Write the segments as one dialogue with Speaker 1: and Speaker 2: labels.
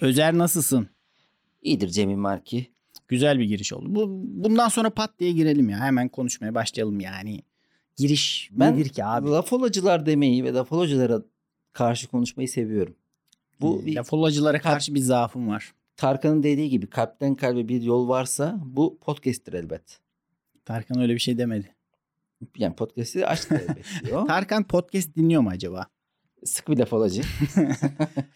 Speaker 1: Özer nasılsın?
Speaker 2: İyidir Cemil Marki.
Speaker 1: Güzel bir giriş oldu. Bu bundan sonra pat diye girelim ya. Hemen konuşmaya başlayalım yani. Giriş
Speaker 2: Ben-
Speaker 1: nedir ki abi?
Speaker 2: Lafolacılar demeyi ve lafolacılara karşı konuşmayı seviyorum. Bu bir
Speaker 1: Lafolacılara Hani karşı bir zaafım var.
Speaker 2: Tarkan'ın dediği gibi kalpten kalbe bir yol varsa bu podcast'tir elbet.
Speaker 1: Tarkan öyle bir şey demedi.
Speaker 2: Yani podcast'i açtı elbet diyor.
Speaker 1: Tarkan podcast dinliyor mu acaba?
Speaker 2: Sık bir lafolacı.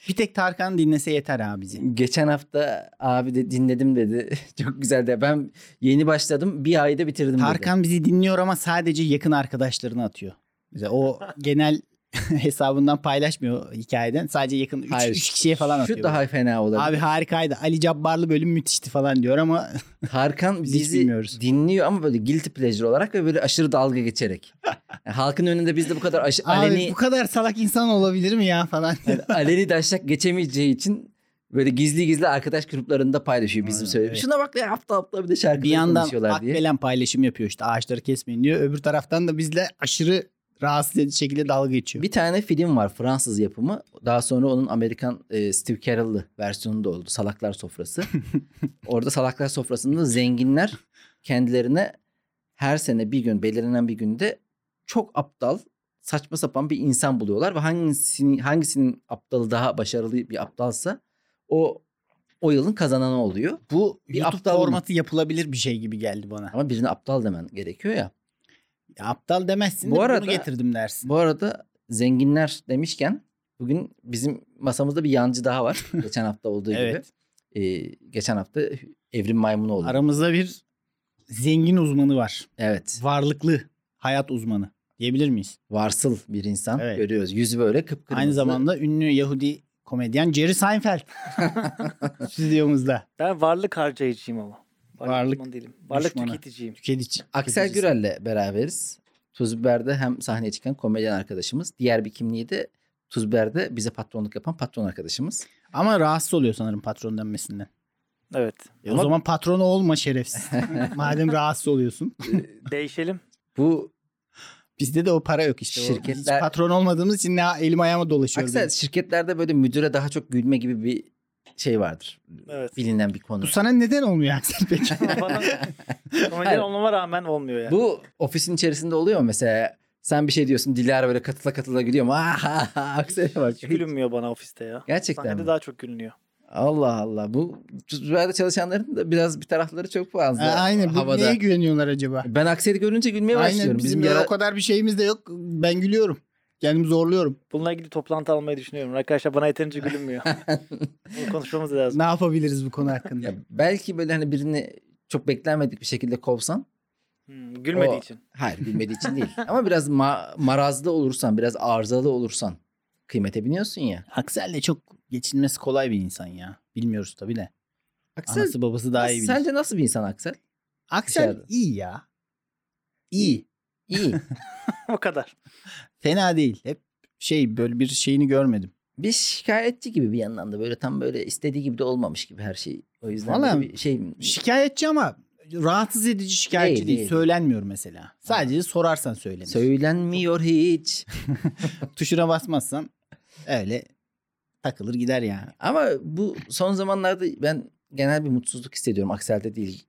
Speaker 1: Bir tek Tarkan dinlese yeter abi bizi.
Speaker 2: Geçen hafta abi de dinledim dedi. Çok güzel de ben yeni başladım bir ayda bitirdim dedi.
Speaker 1: Tarkan bizi dinliyor ama sadece yakın arkadaşlarını atıyor. Mesela o genel hesabından paylaşmıyor hikayeden. Sadece yakın 3
Speaker 2: Hayır,
Speaker 1: kişiye falan atıyor.
Speaker 2: Şu daha fena olabilir.
Speaker 1: Abi harikaydı. Ali Cabbarlı bölüm müthişti falan diyor ama
Speaker 2: Tarkan
Speaker 1: Biz hiç
Speaker 2: bizi
Speaker 1: bilmiyoruz.
Speaker 2: dinliyor ama böyle guilty pleasure olarak ve böyle aşırı dalga geçerek. Yani halkın önünde biz de bu kadar aş-
Speaker 1: abi
Speaker 2: aleni,
Speaker 1: bu kadar salak insan olabilir mi ya falan.
Speaker 2: yani aleni daşak geçemeyeceği için böyle gizli gizli arkadaş gruplarında paylaşıyor bizim
Speaker 1: Aynen,
Speaker 2: söylemiş.
Speaker 1: evet.
Speaker 2: Şuna bak ya hafta hafta bir de şarkı
Speaker 1: bir yandan
Speaker 2: konuşuyorlar diye.
Speaker 1: akbelen paylaşım yapıyor işte ağaçları kesmeyin diyor. Öbür taraftan da bizle aşırı rahatsız edici şekilde dalga geçiyor.
Speaker 2: Bir tane film var Fransız yapımı. Daha sonra onun Amerikan e, Steve Carell'lı versiyonu da oldu. Salaklar Sofrası. Orada Salaklar Sofrası'nda zenginler kendilerine her sene bir gün belirlenen bir günde çok aptal saçma sapan bir insan buluyorlar ve hangisinin hangisinin aptalı daha başarılı bir aptalsa o o yılın kazananı oluyor. Bu bir
Speaker 1: YouTube
Speaker 2: aptal mı?
Speaker 1: formatı yapılabilir bir şey gibi geldi bana.
Speaker 2: ama birine aptal demen gerekiyor ya.
Speaker 1: Ya aptal demezsin
Speaker 2: Bu
Speaker 1: de
Speaker 2: arada-
Speaker 1: bunu getirdim dersin.
Speaker 2: Bu arada zenginler demişken bugün bizim masamızda bir yancı daha var. geçen hafta olduğu
Speaker 1: Evet.
Speaker 2: gibi. Ee, geçen hafta Evrim Maymunoğlu.
Speaker 1: Aramızda bir zengin uzmanı var.
Speaker 2: evet.
Speaker 1: Varlıklı hayat uzmanı diyebilir miyiz?
Speaker 2: Varsıl bir insan
Speaker 1: Evet.
Speaker 2: görüyoruz. Yüzü böyle kıpkırmızı.
Speaker 1: Aynı zamanda ünlü Yahudi komedyen Jerry Seinfeld stüdyomuzda.
Speaker 3: Ben varlık harcayıcıyım ama.
Speaker 1: Varlık
Speaker 3: uzmanı değilim. Varlık
Speaker 1: düşmanı.
Speaker 3: tüketiciyim.
Speaker 1: Tüketici.
Speaker 2: Aksel
Speaker 1: tüketicisi.
Speaker 2: Gürel'le beraberiz. Tuzber'de hem sahneye çıkan komedyen arkadaşımız. Diğer bir kimliği de Tuzber'de bize patronluk yapan patron arkadaşımız.
Speaker 1: Ama rahatsız oluyor sanırım patron denmesinden.
Speaker 3: Evet.
Speaker 1: E
Speaker 2: Ama-
Speaker 1: O zaman patronu olma şerefsiz. Madem rahatsız oluyorsun.
Speaker 3: Değişelim.
Speaker 2: Bu
Speaker 1: Bizde de o para yok işte. O-
Speaker 2: Şirketler-
Speaker 1: Hiç patron olmadığımız için ne elim ayağıma dolaşıyor.
Speaker 2: Aksel
Speaker 1: benim.
Speaker 2: şirketlerde böyle müdüre daha çok gülme gibi bir şey vardır.
Speaker 3: Evet.
Speaker 2: Bilinen bir konu.
Speaker 1: Bu sana neden olmuyor Aksel peki?
Speaker 3: Ama bana komedyen olmama rağmen olmuyor yani.
Speaker 2: Bu ofisin içerisinde oluyor mu mesela? Sen bir şey diyorsun Dilara böyle katıla katıla gülüyor mu? Ah, ah, ah, Aksine bak.
Speaker 3: Hiç gülünmüyor bana ofiste ya.
Speaker 2: Gerçekten
Speaker 3: Sahnede
Speaker 2: mi?
Speaker 3: daha çok gülünüyor.
Speaker 2: Allah Allah. Bu tuzlarda çalışanların da biraz bir tarafları çok fazla
Speaker 1: Ha, Aynen. Bu
Speaker 2: havada.
Speaker 1: neye güveniyorlar acaba?
Speaker 2: Ben Aksel'i görünce gülmeye
Speaker 1: Aynen.
Speaker 2: başlıyorum.
Speaker 1: Şey Bizim,
Speaker 2: yara-
Speaker 1: o kadar bir şeyimiz de yok. Ben gülüyorum. Kendimi zorluyorum.
Speaker 3: Bununla ilgili toplantı almayı düşünüyorum. Arkadaşlar bana yeterince gülünmüyor. Bunu konuşmamız lazım.
Speaker 1: Ne yapabiliriz bu konu hakkında?
Speaker 2: Ya belki böyle hani birini çok beklenmedik bir şekilde kovsan.
Speaker 3: Hmm, gülmediği
Speaker 2: O-
Speaker 3: için.
Speaker 2: Hayır gülmediği için değil. Ama biraz ma- marazlı olursan, biraz arızalı olursan kıymete biniyorsun ya.
Speaker 1: Aksel de çok geçinmesi kolay bir insan ya. Bilmiyoruz tabii de.
Speaker 2: Aksel,
Speaker 1: Anası babası daha iyi bilir.
Speaker 2: sence nasıl bir insan Aksel?
Speaker 1: Aksel
Speaker 2: Dışarıda.
Speaker 1: iyi ya. İyi.
Speaker 2: İyi.
Speaker 3: o kadar.
Speaker 1: Fena değil. Hep şey böyle bir şeyini görmedim.
Speaker 2: bir şikayetçi gibi bir yandan da böyle tam böyle istediği gibi de olmamış gibi her şey. O yüzden
Speaker 1: Vallahi
Speaker 2: böyle bir şey
Speaker 1: Şikayetçi ama rahatsız edici şikayetçi
Speaker 2: Değil,
Speaker 1: değil.
Speaker 2: değil.
Speaker 1: Söylenmiyor mesela. Sadece sorarsan söylenir.
Speaker 2: söylenmiyor hiç.
Speaker 1: Tuşuna basmazsan öyle takılır gider yani.
Speaker 2: Ama bu son zamanlarda ben genel bir mutsuzluk hissediyorum Aksel'de değil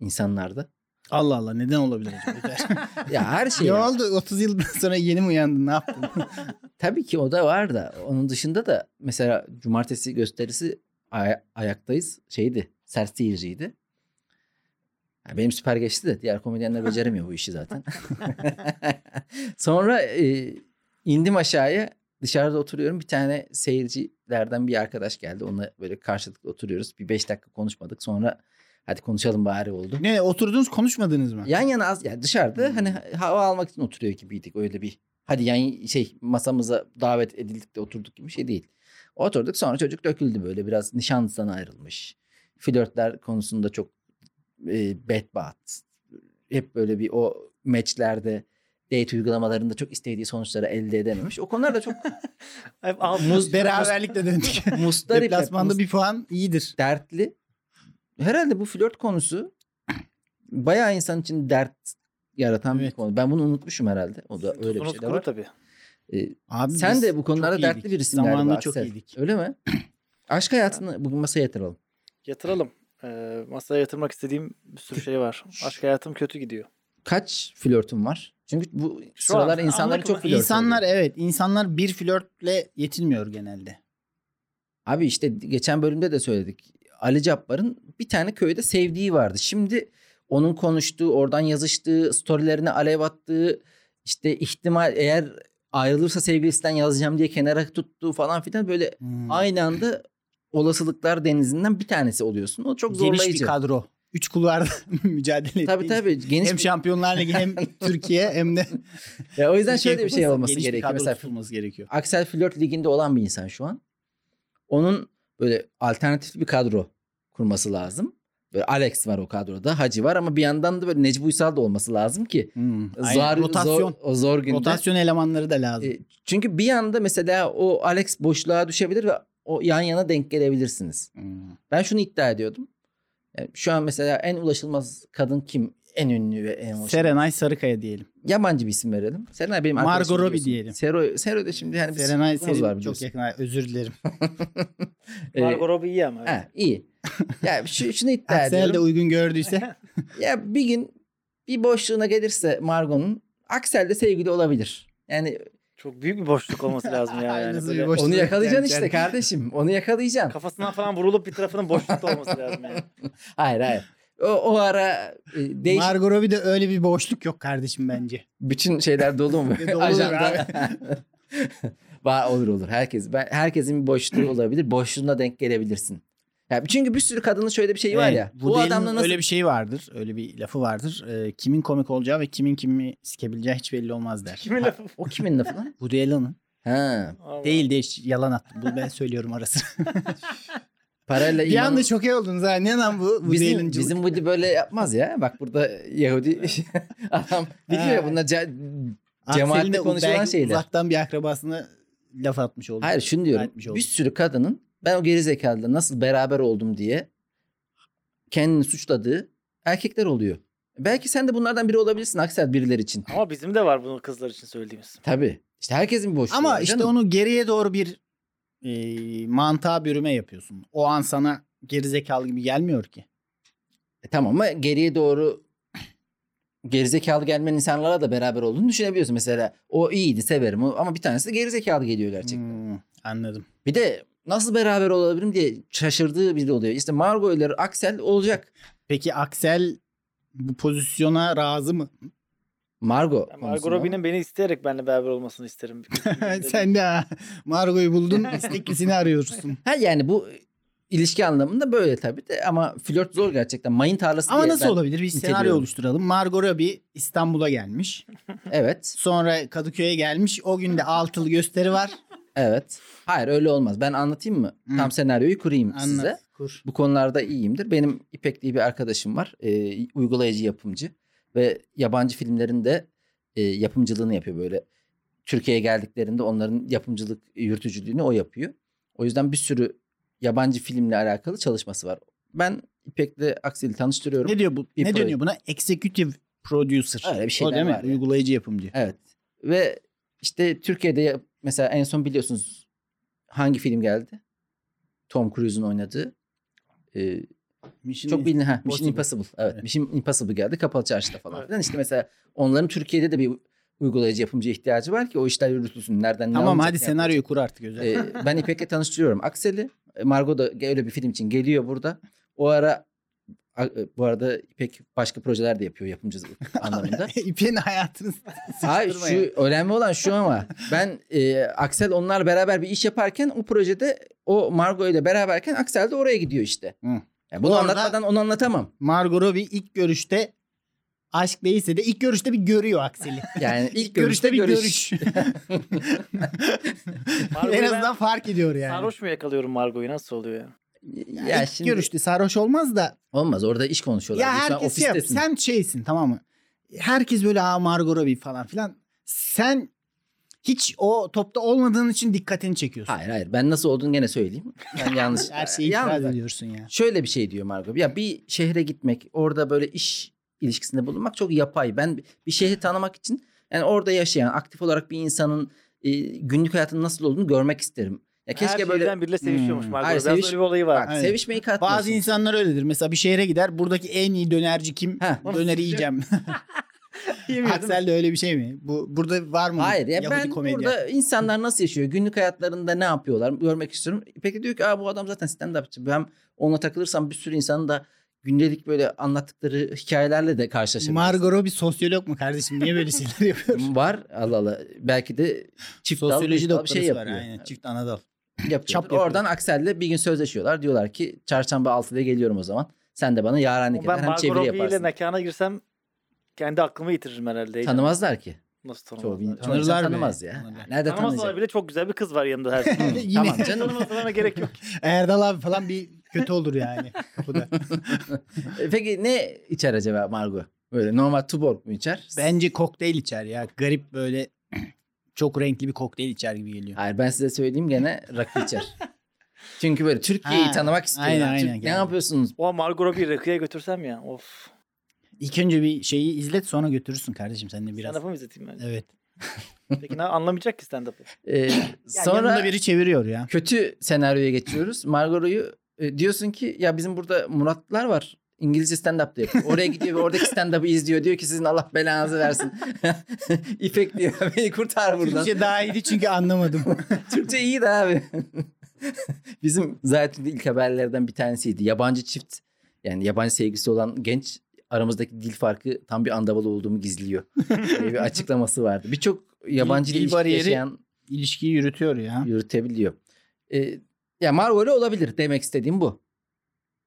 Speaker 2: insanlarda.
Speaker 1: Allah Allah neden olabilir acaba?
Speaker 2: Ya her şey.
Speaker 1: ne
Speaker 2: var.
Speaker 1: oldu 30 yıldan sonra yeni mi uyandın ne yaptın?
Speaker 2: Tabii ki o da var da onun dışında da mesela cumartesi gösterisi ay- ayaktayız şeydi sert seyirciydi. Ya Benim süper geçti de diğer komedyenler beceremiyor bu işi zaten. Sonra e, indim aşağıya dışarıda oturuyorum bir tane seyircilerden bir arkadaş geldi. Onunla böyle karşılıklı oturuyoruz. Bir beş dakika konuşmadık sonra hadi konuşalım bari oldu.
Speaker 1: ne oturdunuz konuşmadınız mı?
Speaker 2: Yan yana az yani dışarıda
Speaker 1: Hmm.
Speaker 2: hani hava almak için oturuyor gibiydik öyle bir. Hadi yani şey masamıza davet edildik de oturduk gibi bir şey değil. Oturduk sonra çocuk döküldü böyle biraz nişanlısından ayrılmış. Flörtler konusunda çok e, bedbaht. Hep böyle bir o matchlerde date uygulamalarında çok istediği sonuçları elde edememiş. O konularda çok
Speaker 3: Hep alt-
Speaker 2: muz,
Speaker 1: Beraberlikle döndük.
Speaker 2: mustarip.
Speaker 1: Deplasmanda bir puan iyidir.
Speaker 2: dertli. Herhalde bu flört konusu bayağı insan için dert yaratan bir
Speaker 1: Evet.
Speaker 2: konu. Ben bunu unutmuşum herhalde. O da öyle bir
Speaker 3: Tutunuz
Speaker 2: şey de
Speaker 3: kuru
Speaker 2: var.
Speaker 3: tabii.
Speaker 2: Ee,
Speaker 1: Abi
Speaker 2: sen
Speaker 1: biz
Speaker 2: de bu konularda
Speaker 1: çok
Speaker 2: dertli
Speaker 1: iyiydik.
Speaker 2: birisin galiba.
Speaker 1: Zamanında çok
Speaker 2: Aksel.
Speaker 1: iyiydik.
Speaker 2: Öyle mi? Aşk hayatını bugün masaya yatıralım.
Speaker 3: Yatıralım. Ee, masaya yatırmak istediğim bir sürü şey var. Aşk hayatım kötü gidiyor.
Speaker 2: Kaç flörtün var? Çünkü bu
Speaker 3: Şu
Speaker 2: sıralar
Speaker 3: an
Speaker 2: insanları
Speaker 3: anlık
Speaker 2: çok
Speaker 3: mı?
Speaker 2: flört
Speaker 1: İnsanlar
Speaker 2: oluyor.
Speaker 1: evet insanlar bir flörtle yetinmiyor genelde.
Speaker 2: Abi işte geçen bölümde de söyledik. Ali Cabbar'ın bir tane köyde sevdiği vardı. Şimdi onun konuştuğu, oradan yazıştığı, storylerine alev attığı, işte ihtimal eğer ayrılırsa sevgilisinden yazacağım diye kenara tuttuğu falan filan böyle
Speaker 1: Hmm.
Speaker 2: aynı anda olasılıklar denizinden bir tanesi oluyorsun. O çok zorlayıcı.
Speaker 1: Geniş bir kadro. Üç kulvarda mücadele
Speaker 2: Tabii
Speaker 1: ettiği
Speaker 2: tabii geniş
Speaker 1: Hem şey
Speaker 2: bir-
Speaker 1: Şampiyonlar Ligi hem Türkiye hem de
Speaker 2: Ya o yüzden
Speaker 1: Türkiye
Speaker 2: şöyle bir şey
Speaker 1: Kupası.
Speaker 2: olması
Speaker 1: Geniş bir
Speaker 2: gerekiyor.
Speaker 1: kadro
Speaker 2: Mesela
Speaker 1: tutulması gerekiyor.
Speaker 2: Axel Flört Ligi'nde olan bir insan şu an. Onun böyle alternatif bir kadro kurması lazım. Böyle Alex var o kadroda, Hacı var ama bir yandan da böyle Necip Uysal da olması lazım ki
Speaker 1: Hmm. Aynen.
Speaker 2: zar,
Speaker 1: rotasyon
Speaker 2: zor, o zor günde.
Speaker 1: rotasyon elemanları da lazım.
Speaker 2: E, çünkü bir anda mesela o Alex boşluğa düşebilir ve o yan yana denk gelebilirsiniz.
Speaker 1: Hmm.
Speaker 2: Ben şunu iddia ediyordum. Yani şu an mesela en ulaşılmaz kadın kim? En ünlü ve en hoş.
Speaker 1: Serenay Sarıkaya diyelim.
Speaker 2: Yabancı bir isim verelim. Serenay benim
Speaker 1: Margot
Speaker 2: arkadaşım
Speaker 1: Robbie
Speaker 2: biliyorsun.
Speaker 1: diyelim.
Speaker 2: Sero, Sero da şimdi yani bir
Speaker 1: Serenay
Speaker 2: sıkıntımız
Speaker 1: senin
Speaker 2: var
Speaker 1: çok
Speaker 2: biliyorsun.
Speaker 1: yakın. ay- Özür dilerim.
Speaker 2: Ee,
Speaker 3: Margot Robbie iyi ama.
Speaker 2: Ha, iyi. ya şu, şunu iddia
Speaker 1: Aksel de
Speaker 2: ediyorum.
Speaker 1: uygun gördüyse.
Speaker 2: Ya bir gün bir boşluğuna gelirse Margot'un Aksel de sevgili olabilir. Yani
Speaker 3: Çok büyük bir boşluk olması lazım ya. yani.
Speaker 1: Aynısı bir
Speaker 3: Böyle
Speaker 1: boşluk.
Speaker 2: onu yakalayacaksın
Speaker 1: yani-
Speaker 2: işte
Speaker 1: yani-
Speaker 2: kardeşim. Onu yakalayacaksın.
Speaker 3: Kafasından falan vurulup bir tarafının boşlukta olması lazım yani.
Speaker 2: Hayır hayır. O, o ara e, değiş-
Speaker 1: Margot Robbie'de öyle bir boşluk yok kardeşim bence.
Speaker 2: bütün şeyler dolu mu?
Speaker 1: E, Dolu olur
Speaker 2: Ajanda. Va- olur olur. Herkes ben herkesin bir boşluğu olabilir. Boşluğuna denk gelebilirsin. Ya çünkü bir sürü kadının şöyle bir şeyi Şey var ya.
Speaker 1: Evet,
Speaker 2: Bu
Speaker 1: Woody
Speaker 2: adamla
Speaker 1: Allen'ın
Speaker 2: nasıl
Speaker 1: öyle bir şey vardır. Öyle bir lafı vardır.
Speaker 2: E,
Speaker 1: Ee, kimin komik olacağı ve kimin kimi sikebileceği hiç belli olmaz der.
Speaker 3: Kimin lafı?
Speaker 2: O kimin lafı lan?
Speaker 1: Woody Allen'ın.
Speaker 2: Ha.
Speaker 3: Allah.
Speaker 1: Değil değil yalan attım. Bunu ben söylüyorum arası.
Speaker 2: Parayla
Speaker 1: bir
Speaker 2: iman-
Speaker 1: anda çok iyi oldunuz ha. Ne lan bu Woody
Speaker 2: Bizim,
Speaker 1: Allen'cılık?
Speaker 2: bizim Woody böyle yapmaz ya. Bak burada Yahudi adam biliyor ya bunlar ca-
Speaker 1: Aksel'in
Speaker 2: cemaatle
Speaker 1: de
Speaker 2: konuşulan
Speaker 1: Ah, belki
Speaker 2: şeyler.
Speaker 1: Uzaktan bir akrabasına laf atmış oldu.
Speaker 2: Hayır şunu diyorum.
Speaker 1: Etmiş oldu.
Speaker 2: Bir sürü kadının ben o geri zekalı nasıl beraber oldum diye kendini suçladığı erkekler oluyor. Belki sen de bunlardan biri olabilirsin Aksel birileri için.
Speaker 3: Ama bizim de var bunu kızlar için söylediğimiz.
Speaker 2: Tabii. İşte herkesin bir boşluğu
Speaker 1: Ama
Speaker 2: var
Speaker 1: işte
Speaker 2: canım.
Speaker 1: onu geriye doğru bir e, mantığa bürüme yapıyorsun. O an sana gerizekalı gibi gelmiyor ki.
Speaker 2: E tamam ama geriye doğru gerizekalı gelmeyen insanlara da beraber olduğunu düşünebiliyorsun. Mesela o iyiydi severim o- ama bir tanesi de gerizekalı geliyor gerçekten.
Speaker 1: Hmm, anladım.
Speaker 2: Bir de nasıl beraber olabilirim diye şaşırdığı biri oluyor. İşte Margot ile Axel olacak.
Speaker 1: Peki Aksel bu pozisyona razı mı?
Speaker 2: Margot.
Speaker 3: Yani Margot
Speaker 2: konusunda-
Speaker 3: Robbie'nin beni isteyerek benimle beraber olmasını isterim.
Speaker 1: Sen de ha, Margo'yu buldun isteklisini arıyorsun.
Speaker 2: Ha yani bu ilişki anlamında böyle tabii de ama flört zor gerçekten. Mayın tarlası
Speaker 1: Ama
Speaker 2: diye
Speaker 1: nasıl
Speaker 2: ben-
Speaker 1: olabilir? Bir senaryo
Speaker 2: niteliyorum.
Speaker 1: oluşturalım. Margot Robbie İstanbul'a gelmiş.
Speaker 2: Evet.
Speaker 1: Sonra Kadıköy'e gelmiş. O gün de altılı gösteri var.
Speaker 2: Evet. Hayır öyle olmaz. Ben anlatayım mı?
Speaker 1: Hı.
Speaker 2: Tam senaryoyu kurayım size.
Speaker 1: Anlat. Kur.
Speaker 2: Bu konularda iyiyimdir. Benim İpek diye bir arkadaşım var. Ee, uygulayıcı yapımcı. Ve yabancı filmlerin de e, yapımcılığını yapıyor böyle. Türkiye'ye geldiklerinde onların yapımcılık yürütücülüğünü o yapıyor. O yüzden bir sürü yabancı filmle alakalı çalışması var. Ben İpek'le Aksel'i tanıştırıyorum.
Speaker 1: Ne diyor bu?
Speaker 2: Bir
Speaker 1: ne
Speaker 2: proje.
Speaker 1: dönüyor buna? Executive producer.
Speaker 2: Öyle bir
Speaker 1: o
Speaker 2: şeyler
Speaker 1: değil mi?
Speaker 2: var yani.
Speaker 1: Uygulayıcı yapımcı.
Speaker 2: Evet. Ve işte Türkiye'de ya- mesela en son biliyorsunuz hangi film geldi? Tom Cruise'un oynadığı. Ee,
Speaker 1: Mission
Speaker 2: çok bilinen ha, Mission
Speaker 1: Impossible.
Speaker 2: Impossible. Evet,
Speaker 1: Evet.
Speaker 2: Mission Impossible geldi kapalı çarşıda falan
Speaker 3: Evet.
Speaker 2: filan. İşte mesela onların Türkiye'de de bir uygulayıcı yapımcıya ihtiyacı var ki o işler yürütülsün. Nereden ne
Speaker 1: Tamam
Speaker 2: alınacak,
Speaker 1: hadi
Speaker 2: ne
Speaker 1: senaryoyu kur artık özel.
Speaker 2: yapılacak. Ee, ben İpek'le tanıştırıyorum. Aksel'i. e, Margot da öyle bir film için geliyor burada. O ara a- e, bu arada İpek başka projeler de yapıyor yapımcılık anlamında.
Speaker 1: İpek'in hayatını
Speaker 2: Hayır
Speaker 1: sıkıştırma ya.
Speaker 2: şu önemli olan şu ama ben e, Aksel onlar beraber bir iş yaparken o projede o Margot ile beraberken Aksel de oraya gidiyor işte.
Speaker 1: Hı.
Speaker 2: Yani bunu
Speaker 1: Orada-
Speaker 2: anlatmadan onu anlatamam.
Speaker 1: Margot Robbie ilk görüşte aşk değilse de ilk görüşte bir görüyor Aksel'i.
Speaker 2: Yani ilk,
Speaker 1: ilk
Speaker 2: görüşte,
Speaker 1: görüşte bir
Speaker 2: görüş.
Speaker 1: görüş. en azından fark ediyor yani.
Speaker 3: Sarhoş mu yakalıyorum Margot'u? Nasıl oluyor ya?
Speaker 1: Ya
Speaker 2: Ya
Speaker 1: ilk
Speaker 2: şimdi
Speaker 1: görüşte sarhoş olmaz da
Speaker 2: olmaz orada iş konuşuyorlar.
Speaker 1: ya
Speaker 2: Biz şu an
Speaker 1: herkes şey yap-
Speaker 2: ofistesin.
Speaker 1: sen şeysin tamam mı? Herkes böyle aa Margot Robbie falan filan. Sen hiç o topta olmadığın için dikkatini çekiyorsun.
Speaker 2: Hayır hayır ben nasıl olduğunu gene söyleyeyim. Ben yanlış.
Speaker 1: Her şeyi
Speaker 2: Yalnız
Speaker 1: itiraz
Speaker 2: bak,
Speaker 1: ediyorsun ya.
Speaker 2: Şöyle bir şey diyor Margot. Ya bir şehre gitmek, orada böyle iş ilişkisinde bulunmak çok yapay. Ben bir şehri tanımak için yani orada yaşayan, aktif olarak bir insanın e, günlük hayatının nasıl olduğunu görmek isterim. Ya keşke
Speaker 3: Her
Speaker 2: böyle
Speaker 3: şeyden biriyle sevişiyormuş
Speaker 1: Hmm.
Speaker 3: Margot
Speaker 2: Hayır,
Speaker 3: Robbie. Biraz
Speaker 2: seviş-
Speaker 3: öyle bir olayı var.
Speaker 2: bak
Speaker 1: Aynen.
Speaker 2: sevişmeyi katmıyorsun.
Speaker 1: Bazı insanlar öyledir. Mesela bir şehre gider. Buradaki en iyi dönerci kim?
Speaker 2: Ha.
Speaker 1: Döneri yiyeceğim. Aksel de öyle bir şey mi? Bu burada var mı?
Speaker 2: Hayır ya
Speaker 1: Yahudi
Speaker 2: ben
Speaker 1: komedyen?
Speaker 2: burada insanlar nasıl yaşıyor? Günlük hayatlarında ne yapıyorlar? Görmek istiyorum. Peki diyor ki Aa, bu adam zaten stand-upçı. Ben onunla takılırsam bir sürü insanın da gündelik böyle anlattıkları hikayelerle de karşılaşabilirim.
Speaker 1: Margot Robbie sosyolog mu kardeşim? Niye böyle şeyler yapıyor?
Speaker 2: var Allah Allah. Belki de çift dal,
Speaker 1: Sosyoloji
Speaker 2: üç dal bir
Speaker 1: doktorası
Speaker 2: şey
Speaker 1: var.
Speaker 2: yapıyor.
Speaker 1: Aynen. Çift anadal.
Speaker 2: Yapıyordur.
Speaker 1: Çap yapıyor.
Speaker 2: Oradan Aksel'le bir gün sözleşiyorlar. Diyorlar ki çarşamba 6'da geliyorum o zaman. Sen de bana yarenlik eder.
Speaker 3: Ben
Speaker 2: Hem
Speaker 3: Margot
Speaker 2: çeviri
Speaker 3: Robbie ile
Speaker 2: yaparsın.
Speaker 3: mekana girsem kendi aklımı yitiririm herhalde.
Speaker 2: Tanımazlar ki.
Speaker 3: Nasıl
Speaker 2: Çoğu,
Speaker 3: tanımazlar?
Speaker 2: bin,
Speaker 3: Tanımazlar
Speaker 2: çoğu insan
Speaker 1: Tanırlar be.
Speaker 2: tanımaz ya.
Speaker 1: Tanırlar.
Speaker 2: Nerede tanıyacak?
Speaker 3: bile çok güzel bir kız var yanında her zaman.
Speaker 1: Yine
Speaker 2: Tamam canım.
Speaker 3: Tanımasalarına gerek yok.
Speaker 1: Erdal abi falan bir kötü olur yani kapıda.
Speaker 2: E, Peki ne içer acaba Margo? Böyle normal Tuborg mu içer?
Speaker 1: Bence kokteyl içer ya. Garip böyle çok renkli bir kokteyl içer gibi geliyor.
Speaker 2: Hayır ben size söyleyeyim gene rakı içer. Çünkü böyle Türkiye'yi
Speaker 1: Ha,
Speaker 2: tanımak istiyorlar.
Speaker 1: aynen,
Speaker 2: Türk-
Speaker 1: aynen,
Speaker 2: ne
Speaker 1: yani.
Speaker 2: yapıyorsunuz?
Speaker 3: O Margot Robbie'yi rakıya götürsem ya. Of.
Speaker 1: İlk önce bir şeyi izlet sonra götürürsün kardeşim sen de biraz.
Speaker 3: Stand-up'ı mı izleteyim ben?
Speaker 1: Evet.
Speaker 3: Peki ne anlamayacak ki stand-up'ı?
Speaker 2: E,
Speaker 1: Sonra
Speaker 2: sonra
Speaker 1: biri çeviriyor ya.
Speaker 2: kötü senaryoya geçiyoruz. Margo'yu e, diyorsun ki ya bizim burada Muratlar var. İngilizce stand-up da yapıyor. Oraya gidiyor ve oradaki stand-up'ı izliyor. Diyor ki sizin Allah belanızı versin. İpek diyor beni kurtar buradan.
Speaker 1: Türkçe daha iyiydi çünkü anlamadım.
Speaker 2: Türkçe iyi de abi. Bizim zaten ilk haberlerden bir tanesiydi. Yabancı çift yani yabancı sevgisi olan genç aramızdaki dil farkı tam bir andaval olduğumu gizliyor. diye bir açıklaması vardı. Birçok yabancı
Speaker 1: Dil- dil
Speaker 2: dil,
Speaker 1: bariyeri-
Speaker 2: yaşayan
Speaker 1: İlişkiyi yürütüyor ya.
Speaker 2: yürütebiliyor. Ee, ya Margo'yla olabilir demek istediğim bu.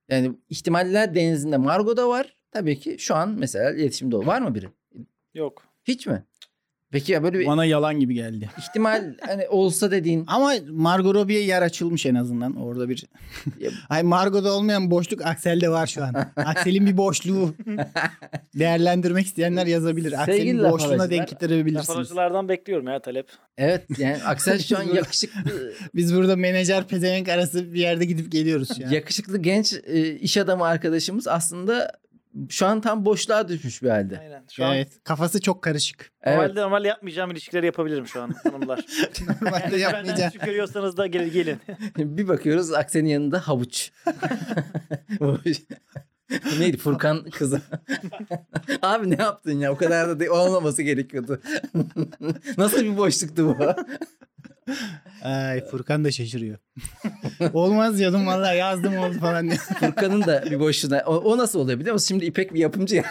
Speaker 2: Yani ihtimaller denizinde Margo da var. Tabii ki şu an mesela iletişimde o. Var mı biri?
Speaker 3: Yok.
Speaker 2: Hiç mi? Peki ya böyle bir
Speaker 1: Bana yalan gibi geldi.
Speaker 2: ihtimal hani olsa dediğin
Speaker 1: Ama Margot Robbie'ye yer açılmış en azından. Orada bir...
Speaker 2: Ya-
Speaker 1: Ay Margot'da olmayan boşluk Aksel'de var şu an. Aksel'in bir boşluğu. Değerlendirmek isteyenler yazabilir.
Speaker 2: Sevgili
Speaker 1: Aksel'in
Speaker 2: laf
Speaker 1: boşluğuna
Speaker 2: aracılar,
Speaker 1: denk getirebilirsiniz.
Speaker 3: Lafaroculardan bekliyorum ya talep.
Speaker 2: Evet yani Aksel şu an
Speaker 1: Biz burada-
Speaker 2: yakışıklı
Speaker 1: Biz burada menajer pezevenk arası bir yerde gidip geliyoruz ya.
Speaker 2: yakışıklı genç e, iş adamı arkadaşımız aslında şu an tam boşluğa düşmüş bir halde.
Speaker 3: Aynen. Şu an
Speaker 1: Evet. Kafası çok karışık.
Speaker 2: Evet.
Speaker 3: normalde normal yapmayacağım ilişkileri yapabilirim şu an hanımlar.
Speaker 1: Normalde
Speaker 3: Benden
Speaker 1: Şey yapmayacağım.
Speaker 3: şu görüyorsanız da gelin gelin.
Speaker 2: bir bakıyoruz Aksen'in yanında havuç. Neydi Furkan kızı. Abi ne yaptın ya? O kadar da değil, olmaması gerekiyordu. Nasıl bir boşluktu bu?
Speaker 1: Ay Furkan da şaşırıyor. Olmaz diyordum valla yazdım oldu falan diye.
Speaker 2: Furkan'ın da bir boşluğuna. O, o nasıl oluyor biliyor musun? Şimdi İpek bir yapımcı ya.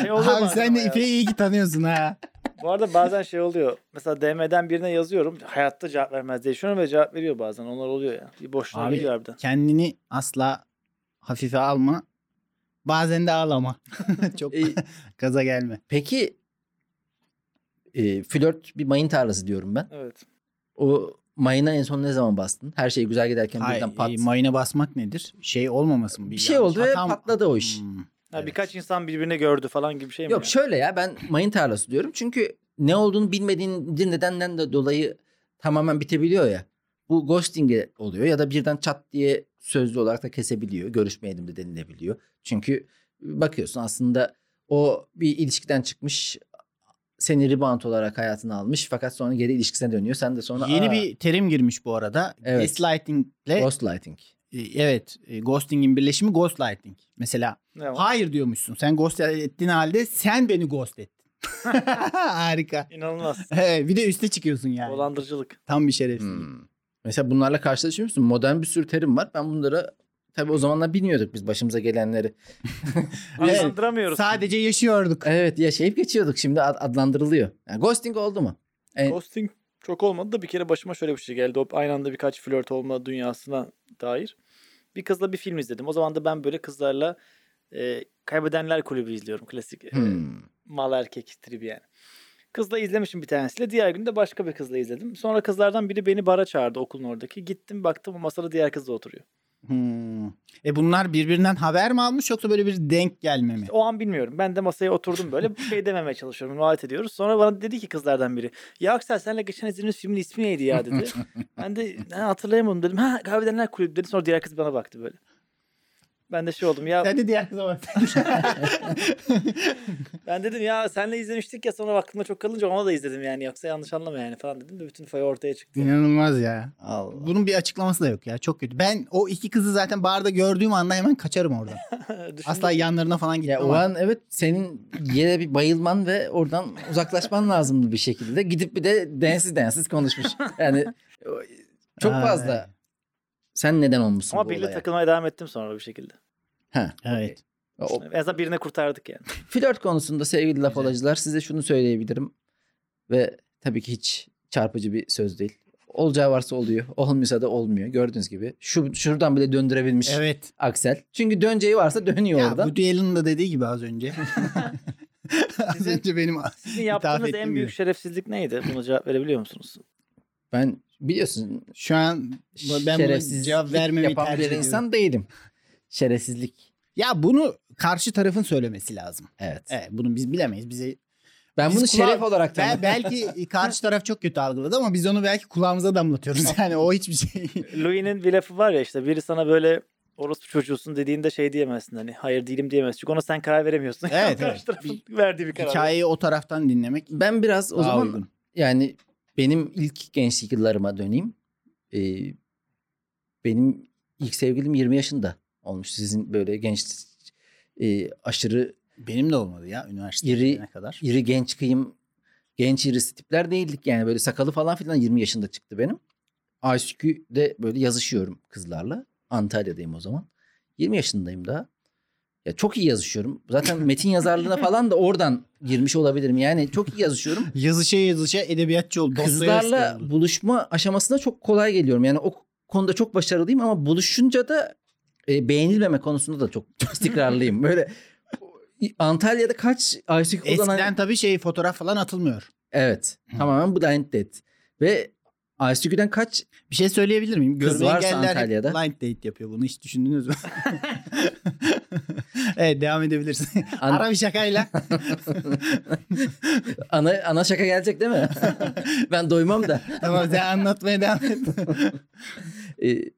Speaker 3: Şey oluyor
Speaker 1: Abi
Speaker 3: bazen
Speaker 1: sen de
Speaker 3: ama ya.
Speaker 1: İpek'i iyi ki tanıyorsun ha.
Speaker 3: Bu arada bazen şey oluyor. Mesela DM'den birine yazıyorum. Hayatta cevap vermez diye düşünüyorum ve cevap veriyor bazen. Onlar oluyor ya. Bir boşluğa
Speaker 1: Abi-
Speaker 3: gidiyor harbiden.
Speaker 1: Kendini asla hafife alma. Bazen de ağlama. çok
Speaker 2: E,
Speaker 1: gaza gelme.
Speaker 2: peki e, flört bir mayın tarlası diyorum ben.
Speaker 3: Evet.
Speaker 2: O mayına en son ne zaman bastın? Her şey güzel giderken birden
Speaker 1: Ay,
Speaker 2: pat.
Speaker 1: e, mayına basmak nedir? Şey olmaması mı?
Speaker 2: Bir şey oldu ve patladı o iş.
Speaker 1: Hmm.
Speaker 3: Ha,
Speaker 1: Evet.
Speaker 3: Birkaç insan birbirini gördü falan gibi şey mi?
Speaker 2: Yok
Speaker 3: ya?
Speaker 2: şöyle ya ben mayın tarlası diyorum. Çünkü ne olduğunu bilmediğin bir nedenden de dolayı tamamen bitebiliyor ya. Bu ghosting oluyor ya da birden çat diye sözlü olarak da kesebiliyor. Görüşmeyelim de denilebiliyor. Çünkü bakıyorsun aslında o bir ilişkiden çıkmış seni rebound olarak hayatına almış fakat sonra geri ilişkisine dönüyor. Sen de sonra
Speaker 1: Yeni
Speaker 2: "Aa,
Speaker 1: bir terim girmiş bu arada.
Speaker 2: Evet.
Speaker 1: Gaslighting'le
Speaker 2: ghostlighting.
Speaker 1: e, evet e, ghosting'in birleşimi ghostlighting. Mesela
Speaker 3: Ne var?
Speaker 1: hayır diyormuşsun. Sen ghost ettiğin halde sen beni ghost ettin. Harika.
Speaker 3: İnanılmaz.
Speaker 1: Evet, bir de üste çıkıyorsun yani.
Speaker 3: Dolandırıcılık.
Speaker 1: Tam bir şerefsizlik.
Speaker 2: Hmm. Mesela bunlarla karşılaşıyor musun? Modern bir sürü terim var. Ben bunlara tabii o zamanlar bilmiyorduk biz başımıza gelenleri.
Speaker 1: Evet.
Speaker 2: Hmm.
Speaker 3: Anlandıramıyoruz.
Speaker 1: Sadece yaşıyorduk.
Speaker 2: Evet yaşayıp geçiyorduk. Şimdi ad- adlandırılıyor. Yani ghosting oldu mu? Evet.
Speaker 3: Ghosting çok olmadı da bir kere başıma şöyle bir şey geldi. Hop aynı anda birkaç flört olma dünyasına dair. Bir kızla bir film izledim. O zaman da ben böyle kızlarla e, Kaybedenler Kulübü izliyorum. Klasik e,
Speaker 2: Hmm.
Speaker 3: mal erkek tribi yani. Kızla izlemişim bir tanesiyle. Diğer gün de başka bir kızla izledim. Sonra kızlardan biri beni bara çağırdı okulun oradaki. Gittim baktım o masada diğer kız da oturuyor.
Speaker 1: Hmm. E bunlar birbirinden haber mi almış yoksa böyle bir denk gelme mi?
Speaker 3: O an bilmiyorum. Ben de masaya oturdum böyle. Bir şey dememeye çalışıyorum. Muhabbet ediyoruz. Sonra bana dedi ki kızlardan biri. Ya Aksel senle geçen izlediğimiz filmin ismi neydi ya dedi. ben de "Ha, hatırlayamadım dedim. Ha kahvedenler kulübü dedi. Sonra diğer kız bana baktı böyle. Ben de şey oldum ya
Speaker 1: Sen de diğer kıza bak.
Speaker 3: ben dedim ya senle izlemiştik ya sonra aklımda çok kalınca ona da izledim yani yoksa yanlış anlama yani falan dedim de bütün fay ortaya çıktı.
Speaker 2: Hmm.
Speaker 1: İnanılmaz ya.
Speaker 2: Allah.
Speaker 1: Bunun bir açıklaması da yok ya. Çok kötü. Ben o iki kızı zaten barda gördüğüm anda hemen kaçarım oradan.
Speaker 3: Düşündüm.
Speaker 1: Asla yanlarına falan gitmem.
Speaker 2: Ya o an evet senin yere bir bayılman ve oradan uzaklaşman lazımdı bir şekilde. Gidip bir de densiz densiz konuşmuş. Yani o- çok
Speaker 1: Ay.
Speaker 2: fazla. Sen neden olmuşsun
Speaker 3: Ama
Speaker 2: bu
Speaker 3: birlikte
Speaker 2: olaya?
Speaker 3: takılmaya devam ettim sonra bir şekilde.
Speaker 2: Ha.
Speaker 1: Evet.
Speaker 2: O-
Speaker 3: En azından birine kurtardık yani.
Speaker 2: Flört konusunda sevgili laf
Speaker 1: Güzel.
Speaker 2: olacılar size şunu söyleyebilirim. Ve tabii ki hiç çarpıcı bir söz değil. Olacağı varsa oluyor. Olmuyorsa da olmuyor. Gördüğünüz gibi. Şu, şuradan bile döndürebilmiş
Speaker 1: Evet.
Speaker 2: Aksel. Çünkü döneceği varsa dönüyor
Speaker 1: Ya
Speaker 2: oradan.
Speaker 1: Woody Allen'ın da dediği gibi az önce. az önce benim
Speaker 3: Sizin
Speaker 1: hitap
Speaker 3: yaptığınız
Speaker 1: ettiğim
Speaker 3: en büyük
Speaker 1: gibi.
Speaker 3: şerefsizlik neydi? Buna cevap verebiliyor musunuz?
Speaker 2: Ben biliyorsun
Speaker 1: Şu an ben buna
Speaker 2: şerefsizlik
Speaker 1: cevap vermemeyi
Speaker 2: yapan
Speaker 1: tercih
Speaker 2: bir
Speaker 1: ediyorum.
Speaker 2: insan değilim. Şerefsizlik.
Speaker 1: Ya bunu karşı tarafın söylemesi lazım.
Speaker 2: Evet.
Speaker 1: Evet, bunu biz bilemeyiz. Bize
Speaker 2: Ben
Speaker 1: Biz
Speaker 2: bunu
Speaker 1: kulağa-
Speaker 2: şeref olarak
Speaker 1: Bel-
Speaker 2: tanıdım.
Speaker 1: belki karşı taraf çok kötü algıladı ama biz onu belki kulağımıza damlatıyoruz. Yani o hiçbir şey.
Speaker 3: Louis'nin bir lafı var ya işte biri sana böyle orospu çocuğusun dediğinde şey diyemezsin hani hayır değilim diyemezsin. Çünkü ona sen karar veremiyorsun.
Speaker 1: Evet,
Speaker 3: Karşı
Speaker 1: evet.
Speaker 3: tarafın verdiği bir karar.
Speaker 1: Hikayeyi o taraftan dinlemek
Speaker 2: Ben biraz o
Speaker 1: daha
Speaker 2: zaman
Speaker 1: uygun.
Speaker 2: yani benim ilk gençlik yıllarıma döneyim. Ee, benim ilk sevgilim 20 yaşında olmuş. Sizin böyle genç e, aşırı
Speaker 1: Benim de olmadı ya üniversiteye
Speaker 2: İri-
Speaker 1: ne kadar.
Speaker 2: iri genç kıyım genç irisi tipler değildik yani böyle sakalı falan filan 20 yaşında çıktı benim. ICQ'de böyle yazışıyorum kızlarla. Antalya'dayım o zaman. 20 yaşındayım daha. Ya çok iyi yazışıyorum. Zaten metin yazarlığına falan da oradan girmiş olabilirim. Yani çok iyi yazışıyorum.
Speaker 1: Yazışa yazışa edebiyatçı oldu.
Speaker 2: Kızlarla buluşma aşamasına çok kolay geliyorum. Yani o konuda çok başarılıyım ama buluşunca da e, beğenilmeme konusunda da çok istikrarlıyım. Böyle Antalya'da kaç ICQ kullanan...
Speaker 1: Eskiden tabii şey fotoğraf falan atılmıyor.
Speaker 2: Evet.
Speaker 1: Hı.
Speaker 2: Tamamen blind date. Ve ICQ'den kaç
Speaker 1: Bir şey söyleyebilir miyim?
Speaker 2: Kız
Speaker 1: Görme
Speaker 2: varsa
Speaker 1: engelliler hep
Speaker 2: Antalya'da.
Speaker 1: blind date yapıyor. Bunu hiç düşündünüz mü? evet devam edebilirsin.
Speaker 2: An-
Speaker 1: Ara bir şakayla.
Speaker 2: ana ana şaka gelecek değil mi? ben doymam da.
Speaker 1: tamam sen anlatmaya devam et.
Speaker 2: Ee,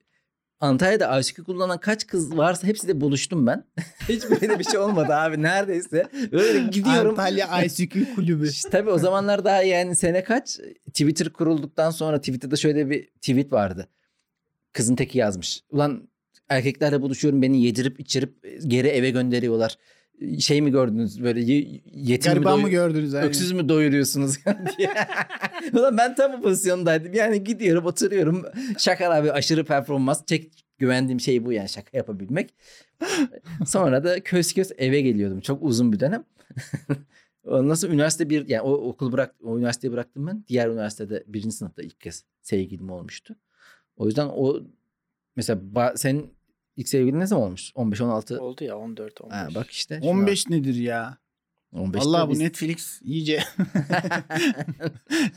Speaker 2: Antalya'da ICQ kullanan kaç kız varsa hepsiyle buluştum ben. Hiç böyle bir şey olmadı abi neredeyse. Böyle gidiyorum.
Speaker 1: Antalya ICQ kulübü.
Speaker 2: Tabii o zamanlar daha yani sene kaç? Twitter kurulduktan sonra Twitter'da şöyle bir tweet vardı. Kızın teki yazmış. Ulan erkeklerle buluşuyorum beni yedirip içirip e, geri eve gönderiyorlar. Şey mi gördünüz böyle ye- yetim mi,
Speaker 1: Gariban
Speaker 2: doyu-
Speaker 1: mı gördünüz? aynen.
Speaker 2: öksüz mü doyuruyorsunuz diye. Ulan ben tam o pozisyondaydım. Yani gidiyorum oturuyorum. Şaka abi aşırı performans. Tek güvendiğim şey bu yani şaka yapabilmek. Sonra da kös kös eve geliyordum. Çok uzun bir dönem. Ondan sonra üniversite bir yani o okul bırak o üniversiteyi bıraktım ben. Diğer üniversitede birinci sınıfta ilk kez sevgilim olmuştu. O yüzden o mesela ba- senin ilk sevgilin ne zaman olmuş? 15 16.
Speaker 3: Oldu ya 14 15.
Speaker 2: Ha, bak işte. şu an.
Speaker 1: 15 nedir ya?
Speaker 2: 15'te
Speaker 1: Allah bu
Speaker 2: biz-
Speaker 1: Netflix iyice